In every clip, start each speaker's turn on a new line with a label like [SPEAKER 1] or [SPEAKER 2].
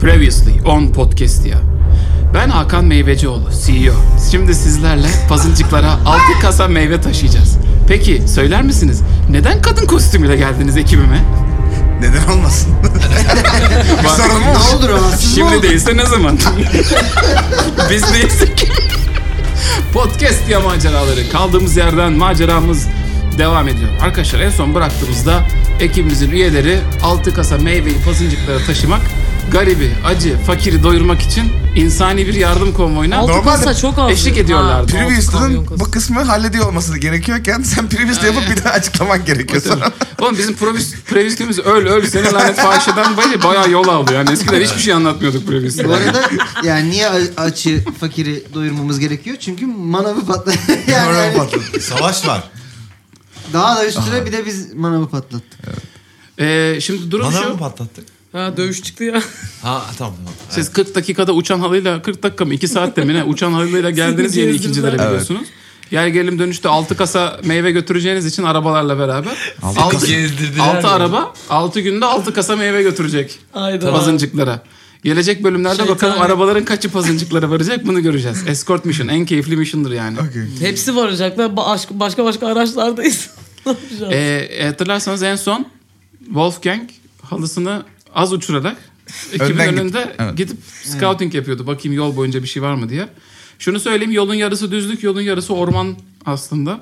[SPEAKER 1] Previously on Podcast ya. Ben Hakan Meyvecioğlu, CEO. Şimdi sizlerle pazıncıklara 6 kasa meyve taşıyacağız. Peki söyler misiniz neden kadın kostümüyle geldiniz ekibime?
[SPEAKER 2] Neden olmasın? Sorun mu?
[SPEAKER 3] Ne olur ama siz mi
[SPEAKER 1] Şimdi
[SPEAKER 3] oldu?
[SPEAKER 1] değilse ne zaman? Biz değilsek. Podcast ya maceraları. Kaldığımız yerden maceramız devam ediyor. Arkadaşlar en son bıraktığımızda ekibimizin üyeleri 6 kasa meyveyi pazıncıklara taşımak garibi, acı, fakiri doyurmak için insani bir yardım konvoyuna
[SPEAKER 2] Altı
[SPEAKER 4] Altı
[SPEAKER 2] Normalde
[SPEAKER 4] kasa çok az.
[SPEAKER 1] eşlik ediyorlardı.
[SPEAKER 4] altı kamyon
[SPEAKER 2] Previously'nin
[SPEAKER 4] kasa.
[SPEAKER 2] bu kısmı hallediyor olması gerekiyorken sen previously yapıp bir daha açıklaman gerekiyor sonra.
[SPEAKER 1] Oğlum bizim previs- previstimiz öl öl seni lanet fahişeden böyle bayağı yol aldı. Yani eskiden hiçbir şey anlatmıyorduk previstiden.
[SPEAKER 3] Bu arada yani niye a- açı fakiri doyurmamız gerekiyor? Çünkü manavı patlattı. yani,
[SPEAKER 2] Moral
[SPEAKER 3] yani
[SPEAKER 2] patladı.
[SPEAKER 5] Savaş var.
[SPEAKER 3] daha da üstüne bir de biz manavı patlattık.
[SPEAKER 1] Ee, şimdi durum
[SPEAKER 5] Bana
[SPEAKER 1] şu.
[SPEAKER 5] mı patlattık?
[SPEAKER 4] Ha dövüş çıktı ya.
[SPEAKER 5] Ha tamam. tamam.
[SPEAKER 1] Siz 40 dakikada uçan halıyla 40 dakika mı 2 saatte mi ne uçan halıyla geldiniz
[SPEAKER 4] Sizi
[SPEAKER 1] yeni
[SPEAKER 4] gezdirdiler.
[SPEAKER 1] ikincilere biliyorsunuz. Yer gelim dönüşte 6 kasa meyve götüreceğiniz için arabalarla beraber. 6
[SPEAKER 5] gezdirdiler
[SPEAKER 1] altı
[SPEAKER 5] mi?
[SPEAKER 1] araba 6 günde 6 kasa meyve götürecek
[SPEAKER 4] Hayda.
[SPEAKER 1] pazıncıklara. Gelecek bölümlerde
[SPEAKER 4] Şeytan.
[SPEAKER 1] bakalım arabaların kaçı pazıncıklara varacak bunu göreceğiz. Escort mission en keyifli mission'dır yani.
[SPEAKER 2] Okey.
[SPEAKER 4] Hepsi varacaklar. Ba- aşk- başka başka araçlardayız. Ne yapacağız?
[SPEAKER 1] Ee, hatırlarsanız en son Wolfgang halısını az uçurarak ekibin
[SPEAKER 2] Önden git-
[SPEAKER 1] önünde
[SPEAKER 2] evet.
[SPEAKER 1] gidip scouting yapıyordu. Bakayım yol boyunca bir şey var mı diye. Şunu söyleyeyim yolun yarısı düzlük yolun yarısı orman aslında.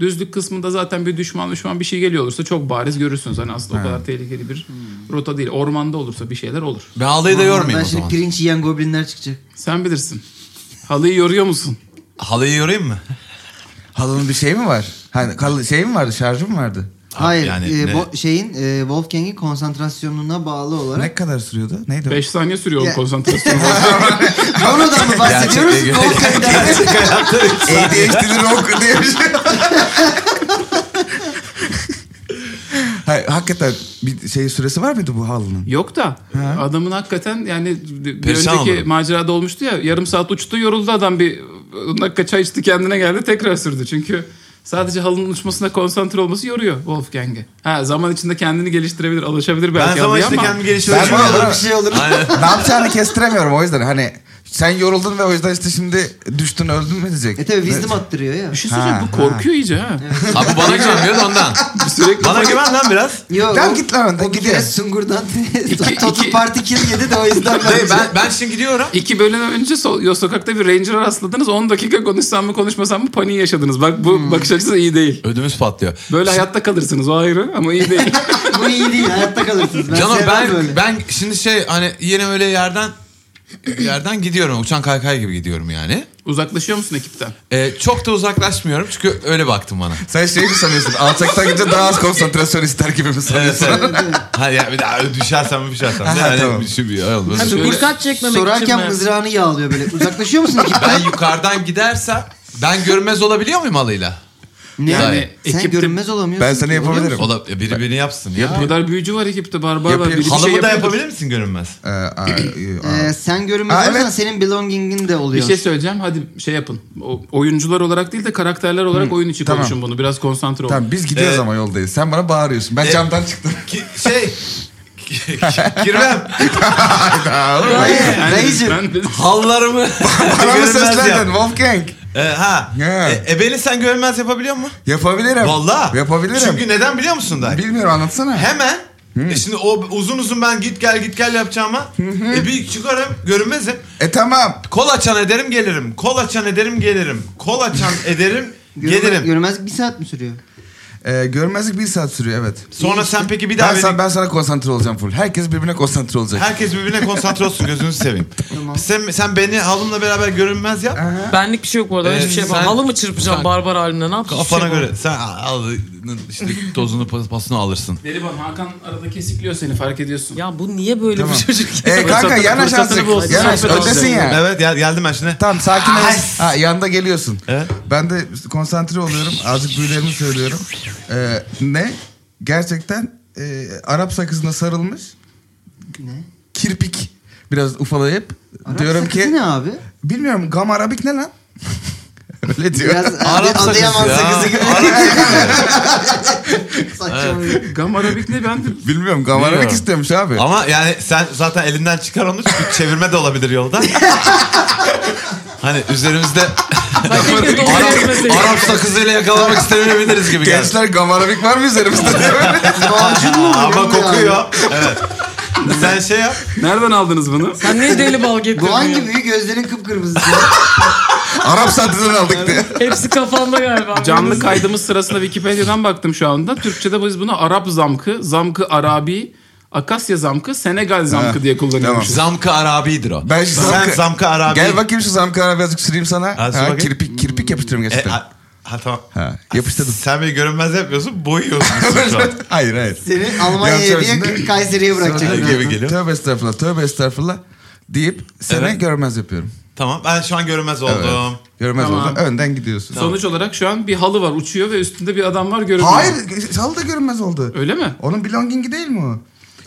[SPEAKER 1] Düşlük kısmında zaten bir düşman düşman bir şey geliyor olursa çok bariz görürsünüz. Hani aslında o kadar tehlikeli bir rota değil. Ormanda olursa bir şeyler olur.
[SPEAKER 5] Ben halıyı da yormayayım
[SPEAKER 3] Ben
[SPEAKER 5] o
[SPEAKER 3] şimdi
[SPEAKER 5] zaman.
[SPEAKER 3] pirinç yiyen goblinler çıkacak.
[SPEAKER 1] Sen bilirsin. Halıyı yoruyor musun?
[SPEAKER 5] Halıyı yorayım mı?
[SPEAKER 2] Halının bir şey mi var? Hani kal- şey mi vardı? Şarjı mı vardı?
[SPEAKER 3] Hayır
[SPEAKER 5] yani
[SPEAKER 3] e,
[SPEAKER 5] ne-
[SPEAKER 3] bo- şeyin e, Wolfgang'in konsantrasyonuna bağlı olarak.
[SPEAKER 2] Ne kadar sürüyordu? Neydi? o?
[SPEAKER 1] 5 saniye sürüyor o
[SPEAKER 3] Ya.
[SPEAKER 1] konsantrasyon.
[SPEAKER 3] Bunu da mı bahsediyoruz?
[SPEAKER 5] Gerçekten-
[SPEAKER 3] Wolfgang'den.
[SPEAKER 2] E ADHD'nin ok diye bir şey. Hayır, hakikaten bir şey süresi var mıydı bu halının?
[SPEAKER 1] Yok da adamın hakikaten yani bir
[SPEAKER 5] Perişan
[SPEAKER 1] önceki
[SPEAKER 5] olurum.
[SPEAKER 1] macerada olmuştu ya yarım saat uçtu yoruldu adam bir on dakika çay içti kendine geldi tekrar sürdü. Çünkü sadece halının uçmasına konsantre olması yoruyor Wolfgang'i. Ha zaman içinde kendini geliştirebilir alışabilir
[SPEAKER 5] Ben
[SPEAKER 1] belki
[SPEAKER 5] zaman
[SPEAKER 1] halıya
[SPEAKER 5] işte
[SPEAKER 1] ama
[SPEAKER 5] kendimi geliştiriyorum.
[SPEAKER 2] Ben-
[SPEAKER 3] Olur bir şey olur.
[SPEAKER 5] Aynen.
[SPEAKER 2] ne yapacağını kestiremiyorum o yüzden hani sen yoruldun ve o yüzden işte şimdi düştün öldün mü diyecek.
[SPEAKER 3] E tabi wisdom attırıyor ya.
[SPEAKER 1] bir şey söyleyeceğim
[SPEAKER 2] Ha,
[SPEAKER 1] bu korkuyor iyice ha.
[SPEAKER 5] Ha bu bana güvenmiyor da ondan.
[SPEAKER 1] Sürekli
[SPEAKER 5] Bana güven lan biraz.
[SPEAKER 3] Yo,
[SPEAKER 2] Tamam
[SPEAKER 3] o-
[SPEAKER 2] git lan önden,
[SPEAKER 3] o bir
[SPEAKER 2] gidiyor.
[SPEAKER 3] kere Sungur'dan
[SPEAKER 1] İki-
[SPEAKER 3] Total
[SPEAKER 1] iki-
[SPEAKER 3] Party kill yedi de o yüzden
[SPEAKER 5] Dayı
[SPEAKER 3] bence.
[SPEAKER 5] ben, ben şimdi gidiyorum.
[SPEAKER 1] İki bölüm önce so- yo- sokakta bir ranger'a rastladınız 10 dakika konuşsam mı konuşmasam mı paniği yaşadınız. Bak
[SPEAKER 3] Hmm.
[SPEAKER 1] bu bakış açısı iyi değil.
[SPEAKER 5] Ödümüz patlıyor.
[SPEAKER 1] Böyle hayatta kalırsınız o ayrı ama iyi değil.
[SPEAKER 3] Bu iyi değil hayatta kalırsınız. Ben
[SPEAKER 5] Canım
[SPEAKER 3] sevmem
[SPEAKER 5] ben,
[SPEAKER 3] böyle.
[SPEAKER 5] ben şimdi şey hani yine öyle yerden yerden gidiyorum. Uçan kaykay gibi gidiyorum yani.
[SPEAKER 1] Uzaklaşıyor musun ekipten?
[SPEAKER 5] Ee, çok da uzaklaşmıyorum çünkü öyle baktım bana.
[SPEAKER 2] Sen şey mi sanıyorsun? Alçaktan gidince daha az konsantrasyon ister gibi mi sanıyorsun?
[SPEAKER 5] Hayır ya bir daha düşersem düşersem.
[SPEAKER 2] Ha,
[SPEAKER 5] Ne, hani
[SPEAKER 2] tamam.
[SPEAKER 5] bir şey bir olmaz.
[SPEAKER 4] Ha,
[SPEAKER 1] şöyle-
[SPEAKER 4] dikkat çekmemek için mi?
[SPEAKER 3] Sorarken mızrağını yağlıyor böyle. Uzaklaşıyor musun ekipten?
[SPEAKER 5] Ben yukarıdan gidersem ben görmez olabiliyor muyum halıyla?
[SPEAKER 3] Ne?
[SPEAKER 1] Yani
[SPEAKER 3] sen
[SPEAKER 1] ekipte-
[SPEAKER 3] görünmez olamıyorsun.
[SPEAKER 2] Ben sana
[SPEAKER 3] ki, oluyor
[SPEAKER 2] yapabilirim.
[SPEAKER 3] musun?
[SPEAKER 5] Ola, e, biri beni yapsın ya.
[SPEAKER 1] O kadar büyücü var ekipte barbar var.
[SPEAKER 2] Yapıyor.
[SPEAKER 1] Biri bir şey
[SPEAKER 5] Halımı da
[SPEAKER 1] yapıyordur.
[SPEAKER 5] yapabilir misin görünmez?
[SPEAKER 2] Ee, aa, iyi, aa.
[SPEAKER 3] Ee, sen görünmez
[SPEAKER 2] Aa,
[SPEAKER 3] olursan
[SPEAKER 2] evet.
[SPEAKER 3] senin belonging'in de
[SPEAKER 1] Bir
[SPEAKER 3] oluyor.
[SPEAKER 1] şey söyleyeceğim. Hadi şey yapın. O- oyuncular olarak değil de karakterler olarak oyun içi
[SPEAKER 2] tamam.
[SPEAKER 1] konuşun bunu. Biraz konsantre olun.
[SPEAKER 2] Tamam biz gidiyoruz
[SPEAKER 5] Ee,
[SPEAKER 2] ama yoldayız. Sen bana bağırıyorsun. Ben
[SPEAKER 5] e,
[SPEAKER 2] camdan çıktım.
[SPEAKER 5] Ki, şey... Kirvem.
[SPEAKER 1] Yani
[SPEAKER 3] Reis'im.
[SPEAKER 1] ben- biz-
[SPEAKER 5] Hallarımı
[SPEAKER 2] Bana mı
[SPEAKER 5] görünmez
[SPEAKER 2] seslendin
[SPEAKER 5] yap.
[SPEAKER 2] Wolfgang?
[SPEAKER 5] E, ha.
[SPEAKER 2] Ya.
[SPEAKER 5] E, e, beni sen görünmez yapabiliyor mu?
[SPEAKER 2] Yapabilirim.
[SPEAKER 5] Valla.
[SPEAKER 2] Yapabilirim.
[SPEAKER 5] Çünkü neden biliyor musun da?
[SPEAKER 2] Bilmiyorum anlatsana.
[SPEAKER 5] Hemen e şimdi o uzun uzun ben git gel git gel yapacağıma e bir çıkarım görünmezim.
[SPEAKER 2] E tamam.
[SPEAKER 5] Kol açan ederim gelirim. Kol açan ederim gelirim. Kol açan ederim
[SPEAKER 3] Görünmez-
[SPEAKER 5] gelirim.
[SPEAKER 3] Görünmezlik bir saat mi sürüyor?
[SPEAKER 2] Ee, görmezlik bir saat sürüyor evet.
[SPEAKER 5] Sonra sen peki bir daha
[SPEAKER 2] Ben,
[SPEAKER 5] beni
[SPEAKER 2] sana, ben sana konsantre olacağım full. Herkes birbirine konsantre olacak.
[SPEAKER 5] Herkes birbirine konsantre olsun gözünüzü seveyim.
[SPEAKER 3] Tamam.
[SPEAKER 5] Sen, sen beni halımla beraber görünmez yap.
[SPEAKER 4] Benlik bir şey yok bu arada. Ben
[SPEAKER 5] Ee,
[SPEAKER 4] hiçbir şey yapamam.
[SPEAKER 5] sen-
[SPEAKER 4] Halı mı çırpacağım
[SPEAKER 5] sen-
[SPEAKER 4] barbar halimle ne yapacağım?
[SPEAKER 5] Kafana
[SPEAKER 4] Hiçbir şey
[SPEAKER 5] göre. Sen al, işte tozunu pas- pasını alırsın.
[SPEAKER 1] Deliban Hakan arada kesikliyor seni fark ediyorsun.
[SPEAKER 4] yapamam. Ya bu niye böyle
[SPEAKER 2] Tamam.
[SPEAKER 4] bir
[SPEAKER 5] şey
[SPEAKER 4] çocuk ya?
[SPEAKER 2] E kanka
[SPEAKER 1] Fırsatını-
[SPEAKER 2] yanaş
[SPEAKER 1] fırsatını
[SPEAKER 2] azıcık.
[SPEAKER 1] bulsun.
[SPEAKER 2] Yanaş.
[SPEAKER 1] Sohbet
[SPEAKER 2] Öndesin
[SPEAKER 1] olsun.
[SPEAKER 2] ya.
[SPEAKER 5] Evet gel, geldim ben şimdi.
[SPEAKER 2] Tamam sakin ol.
[SPEAKER 5] Ay.
[SPEAKER 2] Ha, yanda geliyorsun.
[SPEAKER 5] Evet.
[SPEAKER 2] Ben de konsantre oluyorum. Azıcık büyülerimi söylüyorum. Ee, ne? Gerçekten e, Arap sakızına sarılmış
[SPEAKER 3] Ne?
[SPEAKER 2] kirpik biraz ufalayıp
[SPEAKER 3] Arap
[SPEAKER 2] diyorum
[SPEAKER 3] sakızı
[SPEAKER 2] ki
[SPEAKER 3] ne abi?
[SPEAKER 2] bilmiyorum gam arabik ne lan? öyle diyor.
[SPEAKER 3] Biraz
[SPEAKER 5] Arap sakızı
[SPEAKER 3] Adıyaman
[SPEAKER 5] ya.
[SPEAKER 3] sakızı gibi. Saçma bir-
[SPEAKER 1] Gamarabik ne ben de
[SPEAKER 2] Bilmiyorum kamerayı
[SPEAKER 5] Bilmiyorum.
[SPEAKER 2] istemiş abi.
[SPEAKER 5] Ama yani sen zaten elinden çıkar onu çünkü çevirme de olabilir yolda. hani üzerimizde
[SPEAKER 4] Ben keşke doğru
[SPEAKER 5] Arap,
[SPEAKER 4] gezmeseydim.
[SPEAKER 5] Arap sakızıyla yakalamak istemeyebiliriz gibi geldi.
[SPEAKER 2] Gençler gamarabik var mı üzerimizde diyor.
[SPEAKER 3] Lahmacun mu?
[SPEAKER 5] Ama
[SPEAKER 3] Yani.
[SPEAKER 5] kokuyor. Evet. sen şey yap.
[SPEAKER 1] nereden aldınız bunu?
[SPEAKER 4] Sen niye deli bal getirdin
[SPEAKER 3] Bu hangi
[SPEAKER 4] ya?
[SPEAKER 3] büyü gözlerin kıpkırmızı.
[SPEAKER 2] Arap satırdan aldık diye.
[SPEAKER 4] Hepsi kafanda galiba.
[SPEAKER 1] Canlı
[SPEAKER 4] Bilmiyorum.
[SPEAKER 1] kaydımız sırasında Wikipedia'dan baktım şu anda. Türkçe'de biz bunu Arap zamkı, zamkı Arabi, Akasya zamkı, Senegal zamkı
[SPEAKER 2] Ha,
[SPEAKER 1] diye kullanıyormuşuz.
[SPEAKER 5] Zamkı Arabi'dir o.
[SPEAKER 2] Ben şu
[SPEAKER 5] sen
[SPEAKER 2] zamkı-
[SPEAKER 5] Zamkı Arabi.
[SPEAKER 2] Gel bakayım şu zamkı arabayı azıcık süreyim sana.
[SPEAKER 5] Ha, sür
[SPEAKER 2] Ha,
[SPEAKER 5] bakayım.
[SPEAKER 2] kirpik, kirpik yapıştırıyorum
[SPEAKER 5] E,
[SPEAKER 2] gerçekten.
[SPEAKER 5] a- ha tamam.
[SPEAKER 2] Ha, yapıştırdım.
[SPEAKER 5] Sen beni görünmez yapıyorsun, boyuyorsun şu an.
[SPEAKER 2] hayır hayır.
[SPEAKER 3] Seni
[SPEAKER 2] Yalçın
[SPEAKER 3] Almanya'ya
[SPEAKER 2] içinde-
[SPEAKER 3] diye Kayseri'ye bırakacak.
[SPEAKER 5] Sırada- Gibi geliyor.
[SPEAKER 2] Tövbe estağfurullah, tövbe estağfurullah deyip seni
[SPEAKER 5] Evet.
[SPEAKER 2] görmez yapıyorum.
[SPEAKER 5] Tamam, ben şu an görünmez
[SPEAKER 2] Evet.
[SPEAKER 5] oldum.
[SPEAKER 2] Görmez
[SPEAKER 1] Tamam.
[SPEAKER 2] oldu. Önden gidiyorsun.
[SPEAKER 1] Sonuç olarak şu an bir halı var uçuyor ve üstünde bir adam var görünüyor.
[SPEAKER 2] Hayır, halı da görünmez oldu.
[SPEAKER 1] Öyle mi?
[SPEAKER 2] Onun belongingi değil mi o?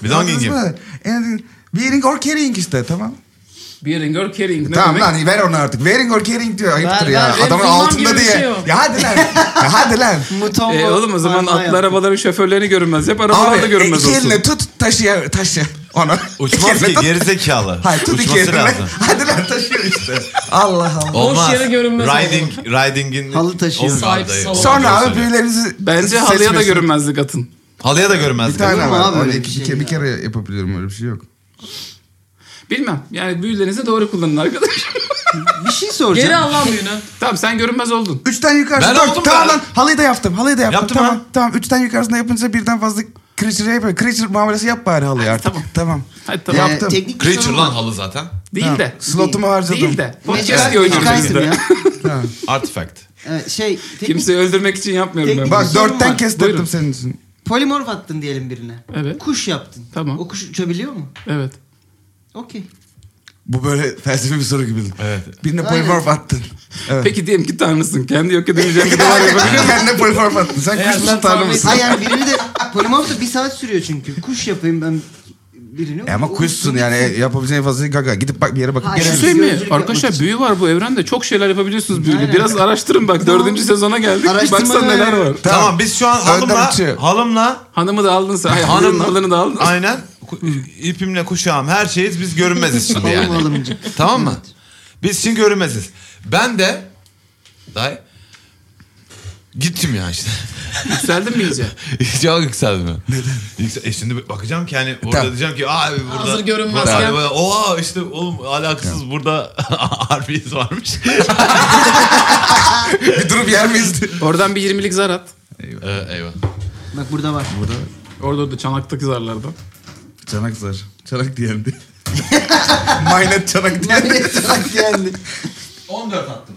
[SPEAKER 5] Belongingi.
[SPEAKER 2] Anladınız mı? Yani Wearing or carrying işte tamam.
[SPEAKER 1] Bearing or carrying ne
[SPEAKER 2] tamam
[SPEAKER 1] demek?
[SPEAKER 2] lan ver onu artık. Wearing or carrying diyor ayıptır
[SPEAKER 4] Ver,
[SPEAKER 2] ya.
[SPEAKER 4] ver, ver,
[SPEAKER 2] Adamın
[SPEAKER 4] bilmem
[SPEAKER 2] altında
[SPEAKER 4] gibi bir
[SPEAKER 2] diye.
[SPEAKER 4] şey o.
[SPEAKER 2] ya hadi lan. ya hadi lan.
[SPEAKER 3] Mutombo.
[SPEAKER 1] E, oğlum o zaman
[SPEAKER 3] parmağı
[SPEAKER 1] atlı
[SPEAKER 3] yap.
[SPEAKER 1] arabaların şoförlerini görünmez. Hep arabalar da
[SPEAKER 2] Abi
[SPEAKER 1] görünmez
[SPEAKER 2] iki
[SPEAKER 1] olsun.
[SPEAKER 2] eline tut taşıya taşı onu. İki
[SPEAKER 5] Uçmaz
[SPEAKER 2] eline
[SPEAKER 5] ki
[SPEAKER 2] tut.
[SPEAKER 5] gerizekalı.
[SPEAKER 2] Hayır tut iki
[SPEAKER 5] Uçması
[SPEAKER 2] eline.
[SPEAKER 5] lazım.
[SPEAKER 2] Hadi lan taşıyor işte. Allah Allah.
[SPEAKER 5] Olmaz.
[SPEAKER 4] yere görünmez
[SPEAKER 5] Riding, riding'in...
[SPEAKER 3] Halı taşıyor.
[SPEAKER 5] Olmaz
[SPEAKER 4] Sahip
[SPEAKER 5] dayı.
[SPEAKER 4] salon.
[SPEAKER 2] Sonra abi
[SPEAKER 5] Olmaz.
[SPEAKER 2] büyülerinizi
[SPEAKER 1] Bence halıya da
[SPEAKER 2] seçmiyorsun.
[SPEAKER 1] görünmezlik atın.
[SPEAKER 5] Halıya da
[SPEAKER 2] Bir
[SPEAKER 5] görünmez.
[SPEAKER 2] tane
[SPEAKER 3] Olur mu
[SPEAKER 2] var.
[SPEAKER 3] abi
[SPEAKER 2] Öyle
[SPEAKER 3] öyle
[SPEAKER 2] iki-
[SPEAKER 3] bir
[SPEAKER 2] bir,
[SPEAKER 3] şey
[SPEAKER 2] kere, bir
[SPEAKER 3] ya?
[SPEAKER 2] kere yapabiliyorum öyle bir şey yok.
[SPEAKER 1] Bilmem. Yani büyülerinizi doğru kullanın arkadaşlar.
[SPEAKER 3] Bir şey soracağım.
[SPEAKER 4] Geri al lan büyünü.
[SPEAKER 1] tamam sen görünmez oldun.
[SPEAKER 2] Üçten yukarısı.
[SPEAKER 5] Ben
[SPEAKER 2] dört.
[SPEAKER 5] oldum
[SPEAKER 2] Tamam
[SPEAKER 5] ben.
[SPEAKER 2] lan halıyı da yaptım. Halıyı da yaptım.
[SPEAKER 5] Yaptım
[SPEAKER 2] tamam.
[SPEAKER 5] ha.
[SPEAKER 2] Tamam üçten yukarısında yapınca birden fazla creature yapıyor. Creature muamelesi yap bari halıya artık.
[SPEAKER 1] tamam.
[SPEAKER 2] Tamam. tamam.
[SPEAKER 1] Hadi tamam.
[SPEAKER 2] yaptım.
[SPEAKER 3] Ee, teknik bir
[SPEAKER 5] Creature
[SPEAKER 3] sorun
[SPEAKER 5] lan
[SPEAKER 3] var.
[SPEAKER 5] halı zaten.
[SPEAKER 1] Değil de.
[SPEAKER 2] Slotumu harcadım.
[SPEAKER 1] Değil de.
[SPEAKER 3] Mecburen
[SPEAKER 1] Podcast oynuyoruz
[SPEAKER 3] yıkarsın
[SPEAKER 1] biz de.
[SPEAKER 3] ya.
[SPEAKER 5] Artifact.
[SPEAKER 3] Evet, şey, teknik
[SPEAKER 1] Kimseyi öldürmek için yapmıyorum ben.
[SPEAKER 3] Tek-
[SPEAKER 1] bunu.
[SPEAKER 2] Bak
[SPEAKER 3] Bir sorun
[SPEAKER 2] dörtten
[SPEAKER 3] var.
[SPEAKER 1] Buyurun.
[SPEAKER 2] kestirdim senin için.
[SPEAKER 3] polimorf attın diyelim birine.
[SPEAKER 1] Evet.
[SPEAKER 3] Kuş yaptın.
[SPEAKER 1] Tamam.
[SPEAKER 3] O kuş uçabiliyor mu?
[SPEAKER 1] Evet.
[SPEAKER 3] Okey.
[SPEAKER 2] Bu böyle felsefi bir soru gibiydi.
[SPEAKER 5] Evet.
[SPEAKER 2] Birine
[SPEAKER 3] Aynen.
[SPEAKER 2] polymorph attın. Evet.
[SPEAKER 1] Peki diyelim ki tanrısın. Kendi yok edemeyeceğin kadar yapabiliyor musun?
[SPEAKER 2] Kendine polymorph attın. Sen
[SPEAKER 4] Eğer
[SPEAKER 2] kuş
[SPEAKER 4] sen
[SPEAKER 2] musun tanrı
[SPEAKER 4] tanrı
[SPEAKER 2] mısın?
[SPEAKER 3] Hayır yani birini de polimorf da bir saat sürüyor çünkü. Kuş yapayım ben birini.
[SPEAKER 2] E Ama
[SPEAKER 3] O-
[SPEAKER 2] kuşsun yani yapabileceğin en fazla gaga. Gidip bak bir yere bakıp
[SPEAKER 3] Hayır.
[SPEAKER 1] Bir
[SPEAKER 2] gelebilirsin.
[SPEAKER 1] şey mi?
[SPEAKER 3] Gözcülük
[SPEAKER 1] Arkadaşlar
[SPEAKER 3] yapmak
[SPEAKER 1] büyü var bu evrende. Çok şeyler yapabiliyorsunuz büyüyle.
[SPEAKER 3] Aynen.
[SPEAKER 1] Biraz araştırın bak. Dördüncü sezona geldik.
[SPEAKER 3] Araştırma
[SPEAKER 1] Baksana
[SPEAKER 3] da-
[SPEAKER 1] neler Şey var.
[SPEAKER 5] Tamam.
[SPEAKER 2] Tamam.
[SPEAKER 5] biz şu an
[SPEAKER 2] Önden
[SPEAKER 5] halımla,
[SPEAKER 2] uçuyor.
[SPEAKER 5] halımla,
[SPEAKER 1] Hanımı da aldın sen. Hayır, hanımın alını da aldın.
[SPEAKER 5] aynen ku- ipimle kuşağım her şeyiz biz görünmeziz şimdi
[SPEAKER 3] Alım
[SPEAKER 5] yani.
[SPEAKER 3] alımcı.
[SPEAKER 5] tamam mı? Biz şimdi görünmeziz. Ben de day gittim ya işte.
[SPEAKER 1] Yükseldin mi iyice?
[SPEAKER 5] Çok yükseldim ben. Neden? Yüksel, e şimdi bakacağım ki hani orada
[SPEAKER 2] Tamam.
[SPEAKER 5] diyeceğim ki abi burada.
[SPEAKER 4] Hazır görünmezken.
[SPEAKER 5] burada- burada- Oha işte oğlum alakasız burada harfiyiz varmış.
[SPEAKER 2] Bir durup yer miyiz?
[SPEAKER 1] Oradan bir 20'lik zar at.
[SPEAKER 5] ee, eyvah.
[SPEAKER 3] Bak burada var.
[SPEAKER 1] Orada orada çanaktaki zarlardan.
[SPEAKER 2] Çanak zar. Çanak diyelim diye. Maynet çanak diye.
[SPEAKER 3] yani.
[SPEAKER 5] 14 attım.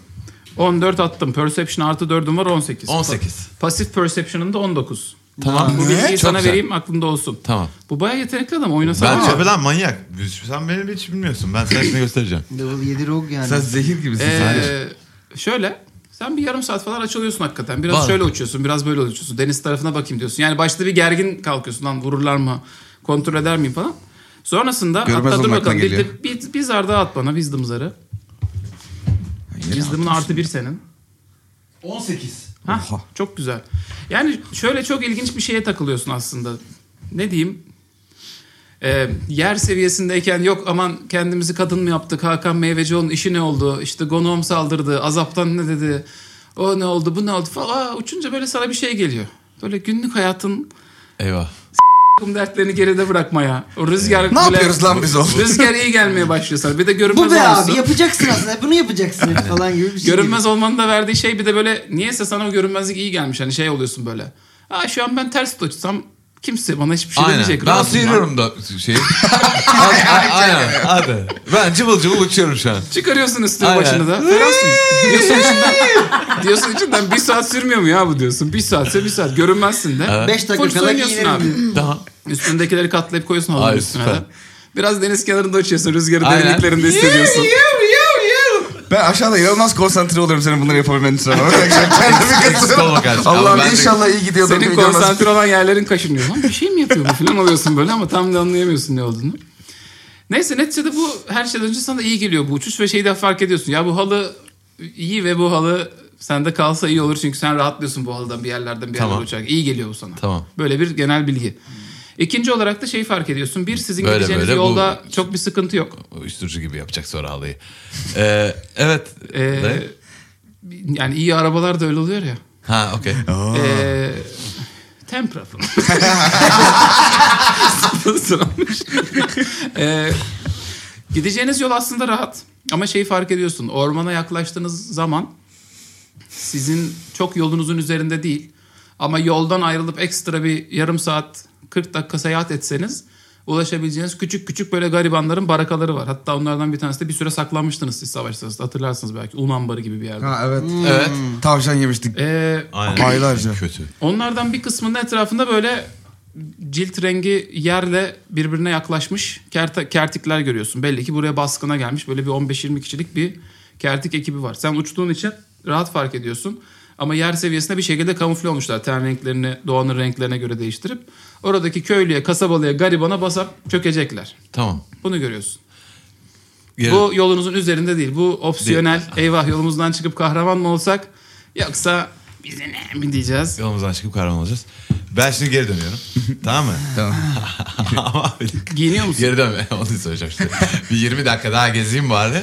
[SPEAKER 1] 14 attım. Perception artı 4'üm var 18.
[SPEAKER 5] 18.
[SPEAKER 1] Pasif Perception'ın da 19.
[SPEAKER 5] Tamam.
[SPEAKER 1] Bu bilgiyi
[SPEAKER 5] Çok
[SPEAKER 1] sana
[SPEAKER 5] güzel.
[SPEAKER 1] vereyim aklında olsun.
[SPEAKER 5] Tamam.
[SPEAKER 1] Bu bayağı yetenekli adam oynasana.
[SPEAKER 5] Ben
[SPEAKER 1] ama.
[SPEAKER 5] tabii lan manyak. Sen beni hiç bilmiyorsun. Ben sana şimdi göstereceğim.
[SPEAKER 3] Level 7 rogue yani.
[SPEAKER 2] Sen zehir gibisin. sen.
[SPEAKER 1] Ee, şöyle sen bir yarım saat falan açılıyorsun hakikaten. Biraz
[SPEAKER 5] Var.
[SPEAKER 1] şöyle uçuyorsun, biraz böyle uçuyorsun. Deniz tarafına bakayım diyorsun. Yani başta bir gergin kalkıyorsun lan vururlar mı? Kontrol eder miyim falan. Sonrasında
[SPEAKER 2] Görmez
[SPEAKER 1] hatta dur
[SPEAKER 2] olmak
[SPEAKER 1] bakalım.
[SPEAKER 2] ne
[SPEAKER 1] Bir,
[SPEAKER 2] geliyor?
[SPEAKER 1] bir, bir, bir zar daha at bana wisdom zarı. Wisdom'ın artı bir senin.
[SPEAKER 5] 18.
[SPEAKER 1] Hah, çok güzel. Yani şöyle çok ilginç bir şeye takılıyorsun aslında. Ne diyeyim? Ee, yer seviyesindeyken yok aman kendimizi kadın mı yaptık Hakan Meyvecioğlu'nun işi ne oldu işte Gonom saldırdı azaptan ne dedi o ne oldu bu ne oldu falan Aa, uçunca böyle sana bir şey geliyor böyle günlük hayatın
[SPEAKER 5] Eyvah.
[SPEAKER 1] dertlerini geride bırakmaya o rüzgar
[SPEAKER 2] Ne yapıyoruz lan biz oğlum?
[SPEAKER 1] rüzgar iyi gelmeye başlıyor sana bir de görünmez
[SPEAKER 3] Bu be
[SPEAKER 1] olmuşsun.
[SPEAKER 3] abi yapacaksın aslında. Bunu yapacaksın falan gibi bir şey.
[SPEAKER 1] Görünmez olmanın da verdiği şey bir de böyle niyeyse sana o görünmezlik iyi gelmiş. Hani şey oluyorsun böyle. Aa şu an ben ters tutsam kimse bana hiçbir şey demeyecek.
[SPEAKER 5] Aynen. Ben
[SPEAKER 1] rahatım
[SPEAKER 5] sıyırıyorum da şeyi. Hadi, a- Aynen. Hadi. Ben cıvıl cıvıl uçuyorum şu an.
[SPEAKER 1] ben. Çıkarıyorsun üstünü
[SPEAKER 5] Aynen.
[SPEAKER 1] başını da. Ferahsın. diyorsun içinden. diyorsun içinden bir saat sürmüyor mu ya bu diyorsun. Bir saatse bir saat. Görünmezsin de.
[SPEAKER 5] Evet.
[SPEAKER 3] 5 dakika
[SPEAKER 1] Full
[SPEAKER 3] kala
[SPEAKER 1] soyunuyorsun abi.
[SPEAKER 3] giyinirim diyor.
[SPEAKER 5] Daha.
[SPEAKER 1] Üstündekileri katlayıp koyuyorsun halının
[SPEAKER 5] Ay,
[SPEAKER 1] üstüne
[SPEAKER 5] süper.
[SPEAKER 1] de. Biraz deniz kenarında uçuyorsun. Rüzgarı
[SPEAKER 5] Aynen.
[SPEAKER 1] derinliklerinde hissediyorsun.
[SPEAKER 2] Ben aşağıda inanılmaz konsantre oluyorum senin bunları yapabilmen için. Ama gerçekten Kendimi
[SPEAKER 5] Eksik
[SPEAKER 2] kaçırıyorum.
[SPEAKER 5] olma kardeşim. Ama ben
[SPEAKER 2] Allah'ım
[SPEAKER 5] de-
[SPEAKER 2] inşallah iyi gidiyordur.
[SPEAKER 1] Senin
[SPEAKER 2] gibi görmez.
[SPEAKER 1] konsantre olan yerlerin kaşınıyor. Lan bir şey mi yapıyor bu falan oluyorsun böyle ama tam da anlayamıyorsun ne olduğunu. Neyse neticede bu her şeyden önce sana iyi geliyor bu uçuş ve şeyi de fark ediyorsun. Ya bu halı iyi ve bu halı Sende kalsa iyi olur çünkü sen rahatlıyorsun bu halden bir yerlerden bir
[SPEAKER 5] Tamam.
[SPEAKER 1] yerlere uçarak. İyi geliyor bu sana.
[SPEAKER 5] Tamam.
[SPEAKER 1] Böyle bir genel bilgi. İkinci olarak da şeyi fark ediyorsun. Bir sizin
[SPEAKER 5] Böyle
[SPEAKER 1] gideceğiniz
[SPEAKER 5] böyle bu-
[SPEAKER 1] yolda çok bir sıkıntı yok.
[SPEAKER 5] O Uyuşturucu gibi yapacak sonra halıyı. Ee, evet.
[SPEAKER 1] Ee,
[SPEAKER 5] Ne?
[SPEAKER 1] yani iyi arabalar da öyle oluyor ya.
[SPEAKER 5] Ha okey.
[SPEAKER 1] Ee, Tempra falan. Sponsor olmuş. Ee, gideceğiniz yol aslında rahat. Ama şeyi fark ediyorsun. Ormana yaklaştığınız zaman sizin çok yolunuzun üzerinde değil. Ama yoldan ayrılıp ekstra bir yarım saat 40 dakika seyahat etseniz ulaşabileceğiniz küçük küçük böyle garibanların barakaları var. Hatta onlardan bir tanesi de bir süre saklanmıştınız siz savaş sırasında. Hatırlarsınız belki. Ulman Barı gibi bir yerde.
[SPEAKER 2] Ha evet.
[SPEAKER 5] Evet.
[SPEAKER 2] Tavşan yemiştik.
[SPEAKER 1] Ee,
[SPEAKER 5] Aynen.
[SPEAKER 2] Aylarca.
[SPEAKER 5] Kötü.
[SPEAKER 1] Onlardan bir kısmının etrafında böyle cilt rengi yerle birbirine yaklaşmış kerte- kertikler görüyorsun. Belli ki buraya baskına gelmiş böyle bir 15-20 kişilik bir kertik ekibi var. Sen uçtuğun için rahat fark ediyorsun. Ama yer seviyesinde bir şekilde kamufle olmuşlar. Ten renklerini doğanın renklerine göre değiştirip oradaki köylüye, kasabalıya, garibana basıp çökecekler.
[SPEAKER 5] Tamam.
[SPEAKER 1] Bunu görüyorsun.
[SPEAKER 5] Geri-
[SPEAKER 1] Bu yolunuzun üzerinde değil. Bu opsiyonel. Eyvah yolumuzdan çıkıp kahraman mı olsak yoksa bize ne mi diyeceğiz?
[SPEAKER 5] Yolumuzdan çıkıp kahraman olacağız. Ben şimdi geri dönüyorum. tamam mı?
[SPEAKER 2] Tamam.
[SPEAKER 5] Ama bir dakika.
[SPEAKER 1] Giyiniyor musun?
[SPEAKER 5] Geri dönme. Onu söyleyeceğim işte. bir 20 dakika daha gezeyim bari.